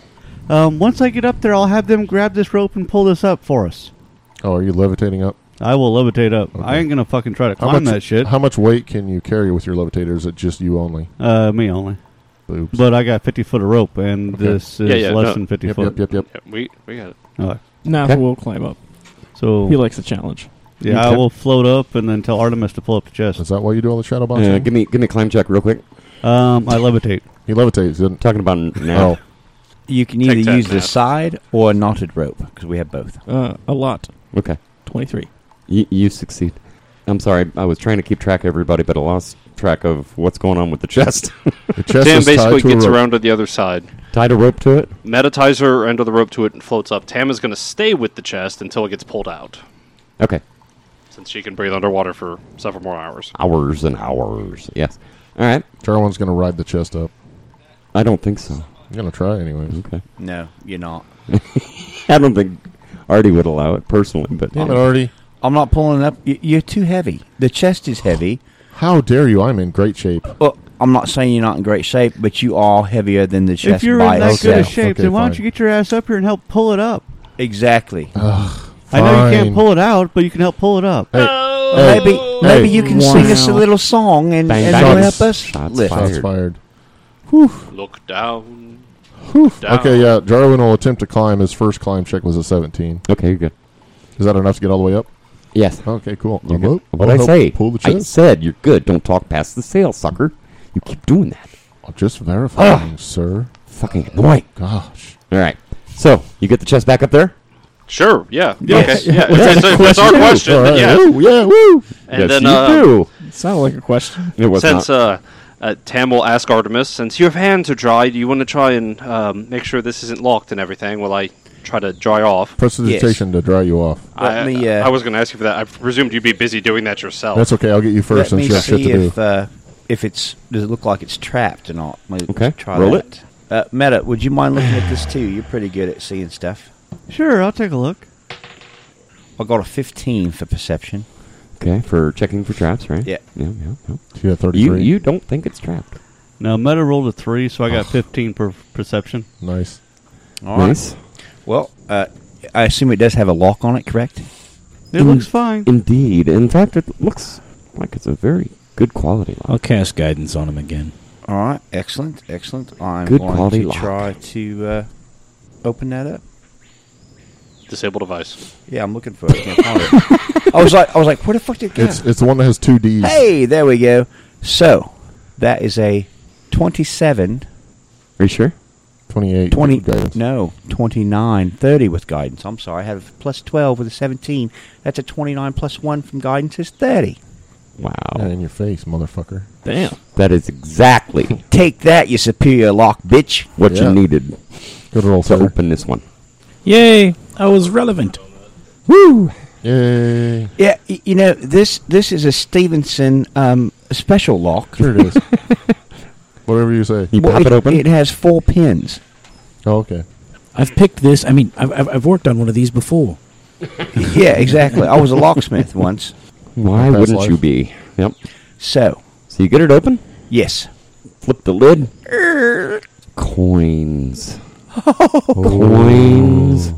F: Um, once I get up there, I'll have them grab this rope and pull this up for us.
C: Oh, are you levitating up?
F: I will levitate up.
C: Okay.
F: I ain't gonna fucking try to
C: How
F: climb
C: much-
F: that shit.
C: How much weight can you carry with your levitator? Is it just you only?
F: Uh, me only.
C: Boobs.
F: But I got 50 foot of rope, and
C: Okay.
F: this is
E: Yeah, yeah,
F: less
E: no.
F: than 50
C: yep,
F: foot.
C: yep, yep, yep.
E: Yeah, we we got it.
F: All right.
D: Napa
A: Okay.
D: will climb up.
F: So
D: He likes a challenge.
F: yeah, I
A: Okay.
F: will float up and then tell Artemis to pull up the chest.
C: Is that why you do all the shadow boxing?
A: Uh, give me give me a climb check real quick.
F: Um, I levitate.
C: he levitates, didn't?
A: Talking about n- now.
C: Oh,
G: You can
E: Tic
G: either
E: Tac
G: use the
E: map.
G: side or a knotted rope because we have both.
D: Uh, a lot.
A: Okay.
D: Twenty-three.
A: You, you succeed. I'm sorry. I was trying to keep track of everybody, but I lost track of what's going on with the chest. *laughs*
E: *laughs*
C: the chest
E: Tam
C: is tied
E: basically
C: to a
E: gets
C: rope.
E: around to the other side.
A: Tied a rope to it.
E: Meta ties her end of the rope to it and floats up. Tam is going to stay with the chest until it gets pulled out,
A: Okay.
E: since she can breathe underwater for several more hours.
A: Hours and hours. Yes. All right.
C: Charwin's gonna ride the chest up.
A: I don't think so.
C: I'm gonna try anyways.
A: Okay.
G: No, you're not.
A: I don't think Artie would allow it personally, but
C: Damn it, Artie!
G: I'm not pulling up. Y- You're too heavy. The chest is heavy.
C: How dare you? I'm in great shape.
G: Well, I'm not saying you're not in great shape, but you are heavier than the chest
F: if you're
G: by
F: in that good
G: itself.
F: a shape,
C: Okay,
F: then why don't
C: fine.
F: you get your ass up here and help pull it up?
G: Exactly.
F: I know you
C: Fine.
F: can't pull it out, but you can help pull it up.
C: Hey, hey,
G: maybe maybe
C: hey.
G: you can
D: Wow.
G: sing us a little song and,
A: Bang,
G: and
A: bang.
G: it'll
A: Shots-
G: help us
A: shots
G: lift.
A: fired.
C: Shots fired.
E: Look down. down.
C: Okay, yeah. Jarwin will attempt to climb. His first climb check was a 17.
A: Okay, you're good.
C: Is that enough to get all the way up?
A: Yes.
C: Okay, cool.
A: You're
C: I'm
A: good.
C: up.
A: What
C: I'll
A: I
C: help
A: say?
C: Pull the
A: I
C: chest.
A: said you're good. Don't talk past the sail, sucker. You keep doing that.
C: I'm just
E: Ah.
C: verifying, sir.
A: Fucking annoying.
C: Gosh.
A: All right. So you get the chest back up there.
E: Sure. Yeah.
G: Yes.
C: *laughs*
E: Okay. Yeah. It's, it's- it's our question.
C: All
E: but
C: right,
E: yeah.
C: woo, yeah, woo.
E: And
A: yes,
E: then
A: you
E: uh,
A: do.
D: It sounded like a question.
A: It was
E: since
A: not.
E: uh, uh, Tam will ask Artemis, since your hands are dry, do you want to try and um, make sure this isn't locked and everything while I try to dry off?
C: Prestidigitation to dry you off.
E: I,
G: Let me, uh,
E: I was going to ask you for that. I presumed you'd be busy doing that yourself.
C: That's okay. I'll get you first
G: Let
C: since
G: me
C: you have shit
G: see
C: to do.
G: if uh, if it's does it look like it's trapped or not. Let me
A: Okay,
G: try
A: roll
G: that. it. Uh, Meta, would you mind looking at this too? You're pretty good at seeing stuff.
F: Sure, I'll take a look.
G: I got a 15 for perception.
A: Okay, for checking for traps, right?
G: Yeah.
A: Yeah, yeah, yeah.
C: She got
A: You,
C: 33.
A: you don't think it's trapped.
F: Now, Meta rolled a three, so I got 15 per perception.
C: nice.
G: All right.
A: nice.
G: Well, uh, I assume it does have a lock on it, correct?
F: It looks fine.
A: Indeed. In fact, it looks like it's a very good quality lock.
B: I'll cast guidance on him again.
G: All right. Excellent. Excellent. I'm
A: Good
G: going
A: quality
G: to
A: lock.
G: try to uh, open that up.
E: Disable device.
G: Yeah, I'm looking for it. I can't find it. I was like, I was like, where the fuck did it go?
C: It's it's the one that has two D's.
G: hey, there we go. So that is a 27,
A: Are you sure?
C: 28.
G: 20,
C: Guidance.
G: no, 29, 30 with guidance. I'm sorry, I had a plus 12 with a 17. That's a 29 plus 1 from guidance is 30.
A: Wow.
C: Yeah, in your face, motherfucker.
A: Damn. That is exactly
G: Take that, you superior lock, bitch.
A: what
C: Yeah.
A: you needed
C: Good roll,
A: to
C: sir.
A: open this one.
B: Yay! I was relevant.
C: Yay.
G: Yeah, y- you know, this this is a Stevenson um, special lock.
C: Here
A: *laughs*
C: it is. Whatever you say.
A: You pop
G: it,
A: it open.
G: It has four *laughs* pins.
C: Oh, okay.
B: I've picked this. I mean, I've, I've, I've worked on one of these before.
G: yeah, exactly. I was a locksmith once.
A: Why
C: Past
A: wouldn't
C: life.
A: you be? Yep.
G: So,
A: So you get it open,
G: yes.
A: flip the lid. *laughs* Coins. Coins.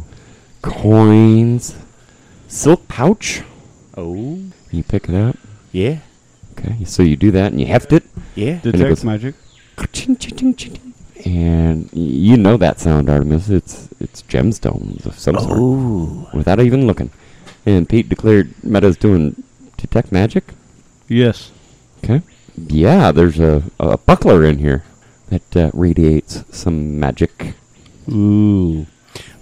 A: Coins. Silk pouch.
G: Oh,
A: You pick it up.
G: yeah,
A: Okay. So you do that and you heft it.
G: yeah.
A: it
F: Detect
A: goes-
F: magic.
A: And y- you know that sound, Artemis. It's it's gemstones of some sort,
G: Ooh.
A: without even looking. And Pete declared Meta's doing detect magic.
F: Yes.
A: Okay. Yeah, there's a, a buckler in here that uh, radiates some magic.
F: Ooh.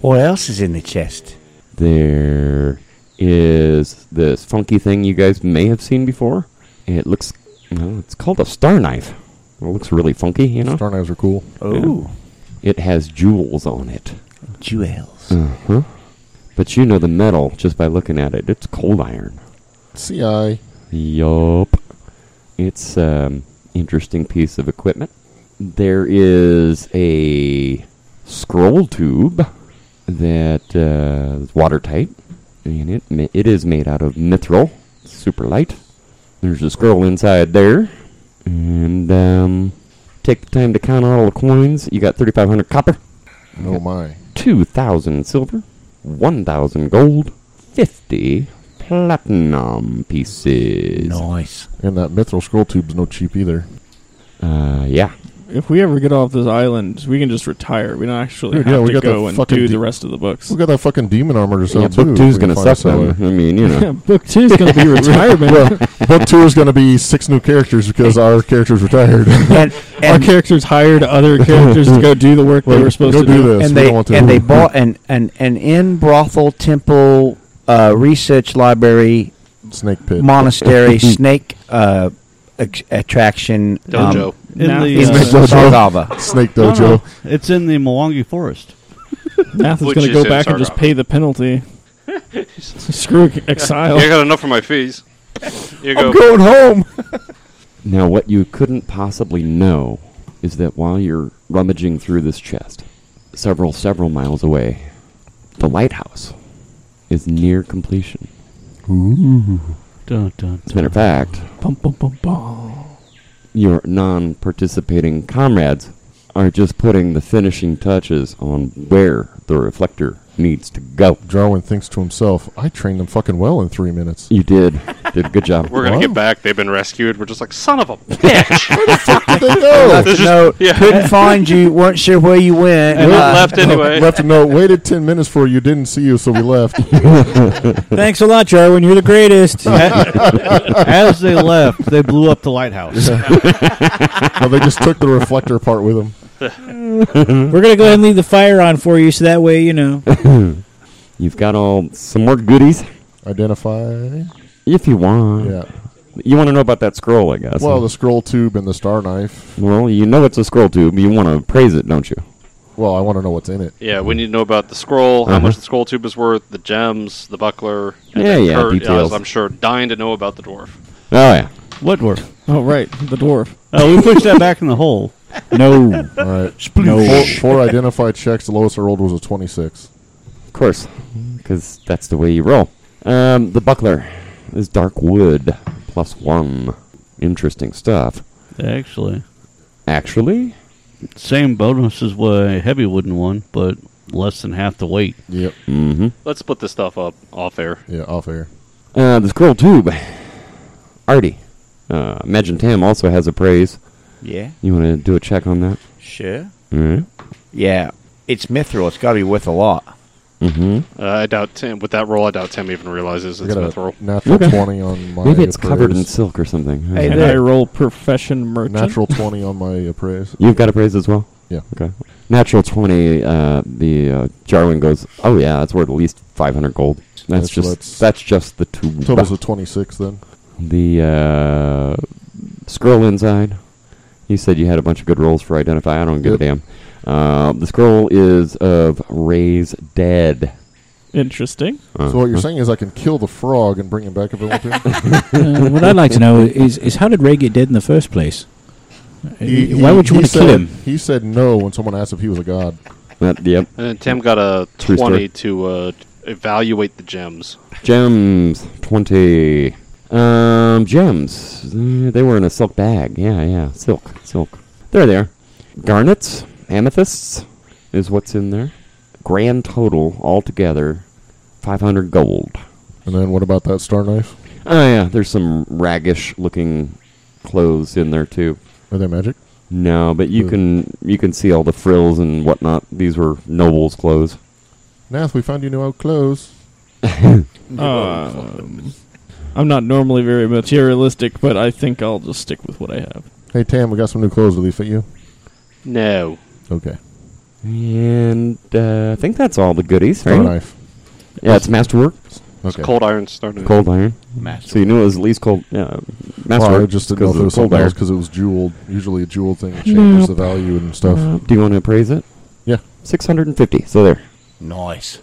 G: What else is in the chest?
A: There is this funky thing you guys may have seen before. It looks, well, it's called a star knife. It looks really funky, you know.
C: Star knives are cool.
G: Oh,
A: It has jewels on it.
G: jewels.
A: Uh-huh. But you know the metal just by looking at it. It's cold iron.
C: CI.
A: Yup. It's um interesting piece of equipment. There is a scroll tube that uh, is watertight, and it ma- it is made out of mithril, super light. There's a scroll inside there, and um, take the time to count all the coins. You got 3,500 copper.
C: Oh, my.
A: 2,000 silver, 1,000 gold, 50 platinum pieces.
G: Nice.
C: And that mithril scroll tube's no cheap either.
A: Uh, yeah.
D: If we ever get off this island, we can just retire. We don't actually
C: Dude,
D: have
C: yeah, we
D: to
C: got the
D: go and
C: fucking
D: do
C: de-
D: the rest of the books.
C: We
D: *laughs*
C: got that fucking demon armor to sell
A: yeah
C: too.
A: book
C: if
A: two's
C: we
A: going to
C: can find a
A: suck them.
C: seller.
A: I mean, you
C: *laughs*
A: know.
D: Book two is going to be retirement.
C: Book two is going to be six new characters because our character's retired. *laughs*
G: And,
D: Our
G: and,
D: characters hired other characters to go do the work they were supposed
C: go
D: to
C: do
D: do.
C: this.
G: and
C: we
G: they
C: don't want to. *laughs*
G: and they bought an an an in brothel temple uh, research library
C: snake pit. *laughs*
G: monastery snake uh, ex- attraction um, *laughs*
E: Dojo.
F: In
D: Nah.
F: the,
G: in
D: Yeah.
F: uh,
C: Dojo.
G: Sardava.
C: snake
F: no,
C: dojo.
F: no, it's in the Mwangi Forest.
D: Nath is
E: Which
D: going
E: is
D: to go
E: in
D: back and just
E: Sardava.
D: pay the penalty. Screw exile.
E: You got enough for my fees. You go.
G: Going home.
A: Now, what you couldn't possibly know is that while you're rummaging through this chest, several, several miles away, the lighthouse is near completion.
F: Dun, dun,
A: As a matter of fact,
D: Bum, bum, bum, bum.
A: your non participating comrades are just putting the finishing touches on where the reflector needs to go.
C: Drawin thinks to himself, I trained them fucking well in three minutes.
A: You did. Did a good job.
E: We're gonna
C: Wow.
E: get back. They've been rescued. We're just like son of a bitch.
C: *laughs* no!
E: There's just-
G: no,
E: yeah.
G: couldn't find you. weren't sure where you went.
C: *laughs*
E: And
G: Uh,
E: left anyway.
C: left a note, waited 10 minutes for you, didn't see you, so we left.
B: Thanks a lot, Jarwin. You're the *laughs* greatest.
F: *laughs* As they left, they blew up the lighthouse.
C: no, they just took the reflector part with them.
B: We're gonna go ahead and leave the fire on for you, so that way you know.
A: You've got all some more goodies
C: Identify.
A: if you want.
C: Yeah.
A: You want to know about that scroll, I guess.
C: Well, the scroll tube and the star knife.
A: Well, you know it's a scroll tube. You want to praise it, don't you?
C: Well, I want to know what's in it.
E: yeah, we need to know about the scroll, how much
A: Uh-huh.
E: the scroll tube is worth, the gems, the buckler.
A: Yeah,
E: And then
A: yeah,
E: Kurt,
A: details.
E: As I'm sure dying to know about the dwarf.
A: Oh yeah.
F: what were?
D: Oh, right. The dwarf.
F: Oh, we pushed that back in the hole.
A: No.
C: All right. Four, four identify checks. The lowest I rolled was a 26.
A: Of course, because that's the way you roll. Um, the buckler. is dark wood plus one. Interesting stuff.
F: Actually,
A: Actually,
F: same bonus as what a heavy wooden one, but less than half the weight.
C: Yep.
A: mm-hmm.
E: Let's split this stuff up off air.
C: Yeah, off air.
A: Uh, the scroll tube. Artie. Uh, Imagine Tam also has a praise.
G: Yeah.
A: You want to do a check on that?
G: Sure.
A: Mm-hmm.
G: Yeah. It's mithril. It's got to be worth a lot.
A: Mm-hmm.
E: Uh, I doubt Tim with that roll. I doubt Tim even realizes
C: I
E: it's
C: got a
E: mithril.
C: natural
A: Okay.
C: twenty on my.
A: Maybe it's covered in
C: appraise.
A: silk or something.
G: Hey,
A: Okay.
D: And I roll profession merchant.
C: natural twenty on my appraise.
A: You've got a praise as well?
C: Yeah.
A: Okay. Natural 20, uh, the uh, Jarwin goes, oh yeah, it's worth at least 500 gold. That's,
C: That's what's-
A: just that's just the tube.
C: Total's of twenty six then.
A: the uh, scroll inside. You said you had a bunch of good rolls for identify. I don't give a damn. Uh, the scroll is of raise dead.
D: Interesting.
A: Uh,
C: So what you're saying is I can kill the frog and bring him back if I want
B: *laughs*
C: to.
B: Uh, what I'd like to know is, is how did Ray get dead in the first place?
C: He-
B: Why
C: he-
B: would you
C: he
B: want to kill
C: said-
B: him?
C: He said no when someone asked if he was a god.
A: that- yep.
E: And then Tim got a
A: True
E: twenty to uh, evaluate the gems.
A: Gems twenty. Um, gems. Uh, They were in a silk bag. Yeah, yeah, silk, silk. They're there. Garnets, amethysts, is what's in there. Grand total altogether, five hundred gold.
C: And then what about that star knife?
A: Oh yeah, there's some raggish looking clothes in there too.
C: Are they magic?
A: No, but you
C: Hmm.
A: can you can see all the frills and whatnot. These were nobles' clothes.
C: Nath, we found you new out clothes. Oh.
D: Um, I'm not normally very materialistic, but I think I'll just stick with what I have.
C: Hey Tam, we got some new clothes. Do these fit you?
E: No,
C: Okay.
A: And uh, I think that's all the goodies,
C: Star
A: right?
C: knife.
A: Yeah, it's masterwork,
C: Okay.
E: cold iron started.
A: cold iron.
G: Master.
A: So you knew it was at least cold. Yeah,
C: Well,
A: masterwork.
C: I just didn't know
A: because
C: if it
A: of cold
C: was something
A: iron.
C: else because it was jeweled. Usually a jeweled thing changes the value and stuff.
A: Uh, do you want to appraise it?
C: Yeah.
A: Six hundred and fifty. So there.
G: Nice.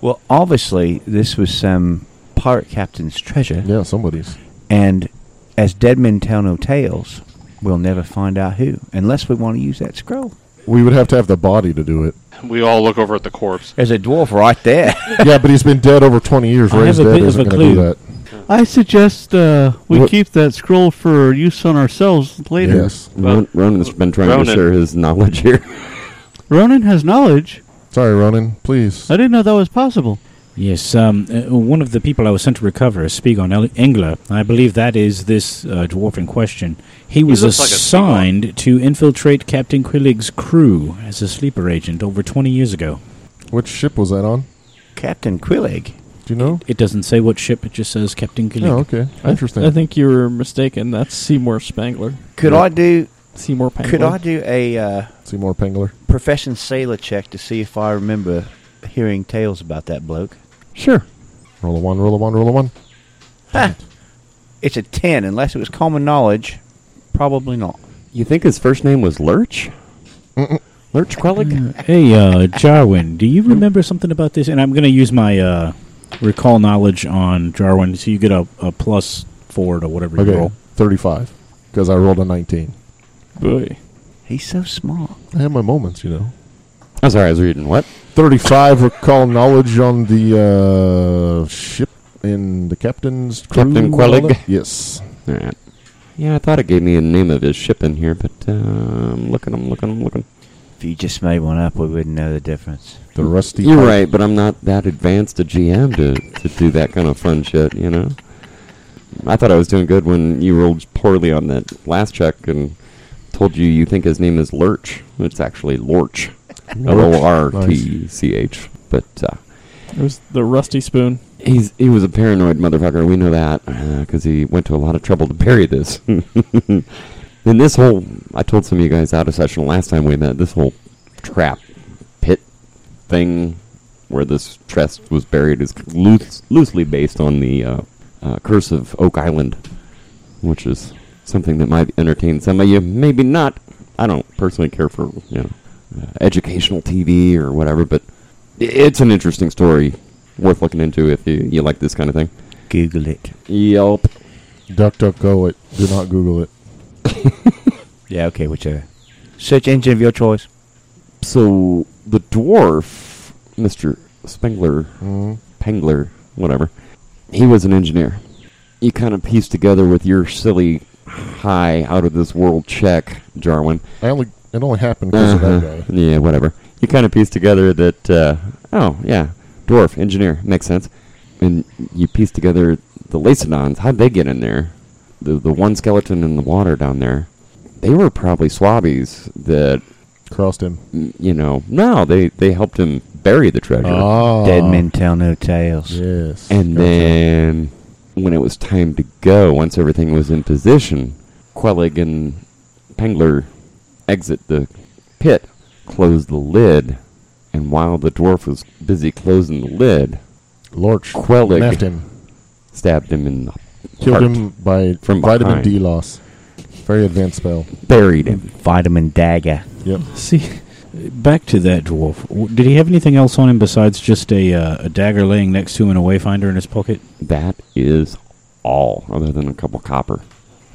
G: Well, obviously, this was some pirate captain's treasure.
C: Yeah, somebody's.
G: And as dead men tell no tales, we'll never find out who, unless we want to use that scroll.
C: We would have to have the body to do it.
E: We all look over at the corpse.
G: There's a dwarf right there. *laughs*
C: yeah, but he's been dead over 20 years.
B: I
C: Raised
B: have a
C: dead
B: bit of
C: isn't
B: a
C: going to do
B: clue.
C: that.
F: I suggest uh, we
A: What-
F: keep that scroll for use on ourselves later.
C: Yes.
E: Well,
A: Ron- Ronan's been trying to
E: Ronan.
A: share his knowledge here.
F: Ronan has knowledge.
C: Sorry, Ronan. Please.
F: I didn't know that was possible.
B: Yes, um, uh, one of the people I was sent to recover is Spigon El- Engler. I believe that is this uh, dwarf in question. He was
E: looks like a
B: assigned to infiltrate Captain Quillig's crew as a sleeper agent over 20 years ago.
C: Which ship was that on?
G: Captain Quillig.
C: Do you know?
B: It doesn't say what ship, it just says Captain Quillig.
C: No, Oh, okay. Interesting.
D: I think you were mistaken. That's Seymour Spangler.
G: Could I do?
D: Seymour Spangler.
G: Could I do a uh,
C: Seymour Pengler.
G: profession sailor check to see if I remember hearing tales about that bloke?
A: Sure.
C: Roll a one, roll a one, roll a one.
G: It's a ten, unless it was common knowledge. Probably not.
A: You think his first name was Lurch? Lurch Quellig?
B: Hey, uh, Jarwin, do you remember something about this? And I'm going to use my uh, recall knowledge on Jarwin, so you get a, a plus four to whatever you
C: Okay.
B: roll.
C: 35. Because I rolled a 19.
D: Boy.
G: He's so smart.
C: I had my moments, you know.
A: I'm sorry, I was reading what?
C: 35 recall knowledge on the uh, ship in the captain's crew.
A: Captain
C: and all
A: Quellig.
C: that? Yes.
A: All right. Yeah, I thought it gave me a name of his ship in here, but uh, I'm looking, I'm looking, I'm looking.
G: If you just made one up, we wouldn't know the difference.
C: The rusty.
A: You're
C: pipe.
A: right, but I'm not that advanced a GM to, to do that kind of fun shit, you know? I thought I was doing good when you rolled poorly on that last check and told you you think his name is Lurch. It's actually Lorch. L O R T C H. But uh,
D: It was the rusty spoon.
A: he's he was a paranoid motherfucker. We know that because he went to a lot of trouble to bury this. *laughs* and this whole I told some of you guys out of session last time we met. This whole trap pit thing where this chest was buried is loose, loosely based on the uh, uh, curse of Oak Island, which is something that might entertain some of you, maybe not. I don't personally care for you know uh, educational TV or whatever, but i- it's an interesting story worth looking into if you, you like this kind of thing.
G: Google it.
A: Yelp.
C: Duck, duck, go it. Do not Google it.
G: Yeah, okay, whichever. Search engine of your choice.
A: So the dwarf, Mr. Spengler,
C: Mm.
A: Pengler, whatever, he was an engineer. you kind of piece together with your silly high out of this world check, Jarwin.
C: I only it only happened because of
A: Uh-huh.
C: that guy.
A: Yeah, whatever. You kind of piece together that, uh, oh, yeah, dwarf, engineer, makes sense. And you piece together the Lacedons. How'd they get in there? The, the one skeleton in the water down there. They were probably swabbies that,
C: Crossed him.
A: mm, you know, no, they, they helped him bury the treasure.
C: Ah,
G: Dead men tell no tales.
C: Yes.
A: And
C: Gotcha.
A: then when it was time to go, once everything was in position, Quellig and Pengler exit the pit, close the lid, and while the dwarf was busy closing the lid,
C: Lorch
A: Quellig
C: left him,
A: stabbed him in the heart,
C: killed him by
A: From
C: vitamin
A: behind.
C: D loss. Very advanced spell.
A: buried him.
G: Vitamin dagger.
C: Yep.
B: See, back to that dwarf. W- Did he have anything else on him besides just a uh, a dagger laying next to him and a wayfinder in his pocket?
A: That is all, other than a couple copper.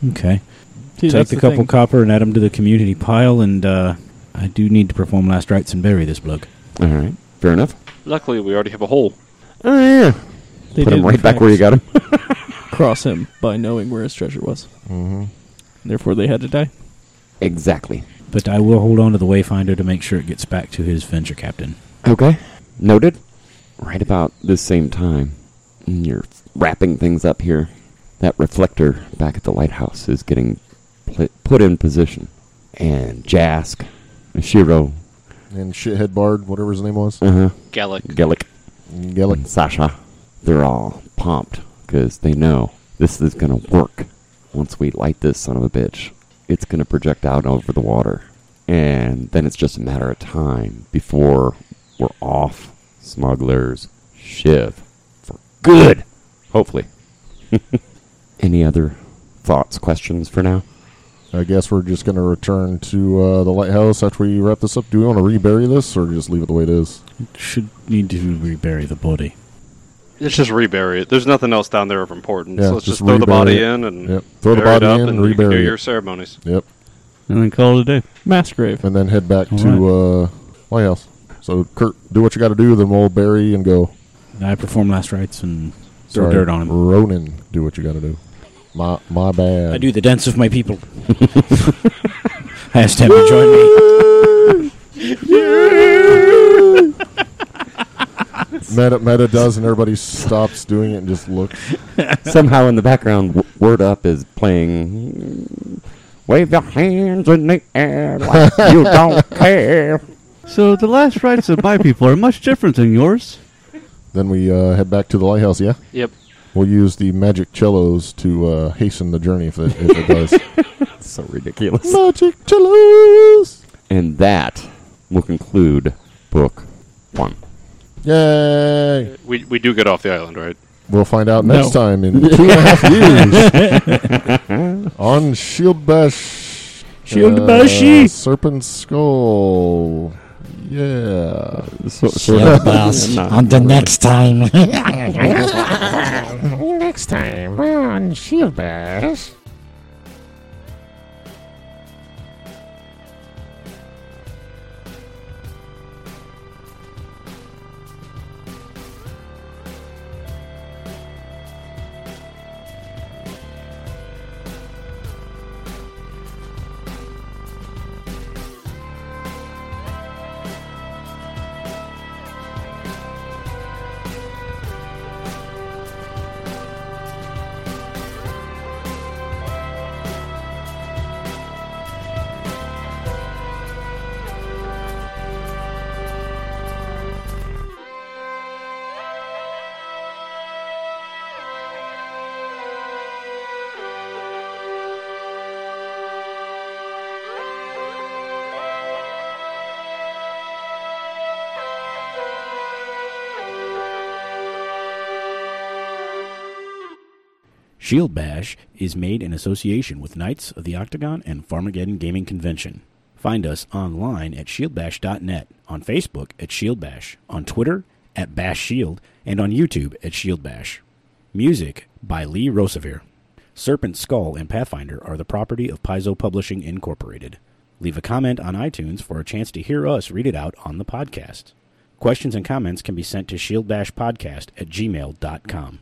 B: Okay.
D: See,
B: Take
D: that's
B: the
D: the
B: couple
D: thing.
B: copper and add them to the community pile, and uh, I do need to perform last rites and bury this bloke.
A: All right, fair enough.
E: Luckily, we already have a hole.
A: Oh yeah,
D: They
A: put him
D: did, in
A: right back
D: fact,
A: where you got him.
D: Cross him by knowing where his treasure was.
C: Mm-hmm.
D: Therefore, they had to die.
A: exactly.
B: But I will hold on to the wayfinder to make sure it gets back to his venture captain.
A: Okay. Noted. Right about this same time, and you're wrapping things up here. That reflector back at the lighthouse is getting pl- put in position. And Jask, Shiro,
C: And shithead bard, whatever his name was,
A: uh-huh,
E: Gallic.
A: Gellick,
C: Gellick.
A: Sasha, they're all pumped because they know this is going to work. Once we light this son of a bitch, it's going to project out over the water. And then it's just a matter of time before we're off smugglers' shiv for good. Hopefully. *laughs* Any other thoughts, questions for now?
C: I guess we're just going to return to uh, the lighthouse after we wrap this up. Do we want to rebury this or just leave it the way it is?
B: Should need to rebury the body.
E: Let's just rebury it. There's nothing else down there of importance.
C: Yeah,
E: Let's
C: just
E: just, throw the
C: rebury
E: body
C: it.
E: in and
C: Yep. Throw the
E: bury
C: body
E: it up
C: in,
E: and you can do
C: rebury it.
E: your ceremonies.
C: Yep.
F: and then call it a day.
D: Mass grave.
C: And then head back to uh, lighthouse. So, Kurt, do what you got to do, then we'll bury and go.
B: I perform last rites and throw dirt on him.
C: Ronan, do what you got to do. My my bad.
B: I do the dance of my people. *laughs* Hashtag join me.
C: Meta, meta does, and everybody stops doing it and just looks.
A: Somehow in the background, w- Word Up is playing. Wave your hands in the air like you don't *laughs* care.
F: So the last rites of my people are much different than yours.
C: Then we uh, head back to the lighthouse. Yeah,
E: Yep.
C: we'll use the magic cellos to uh, hasten the journey if it, if it does.
A: So ridiculous.
C: magic cellos.
A: And that will conclude book one.
C: Yay!
E: We, we do get off the island, right?
C: We'll find out
D: No.
C: next time in two and a half years
B: *laughs*
C: on Shield Bash. Uh,
B: Shield Bashy.
C: Serpent Skull. Yeah.
A: So,
B: *laughs* on the next time. *laughs*
C: Next time on Shield Bash.
B: Shield Bash is made in association with Knights of the Octagon and Farmageddon Gaming Convention. Find us online at shieldbash.net, on Facebook at Shield Bash, on Twitter at Bash Shield, and on YouTube at Shield Bash. Music by Lee Rosevere. Serpent Skull and Pathfinder are the property of Paizo Publishing Incorporated. Leave a comment on iTunes for a chance to hear us read it out on the podcast. Questions and comments can be sent to shieldbashpodcast at gmail.com.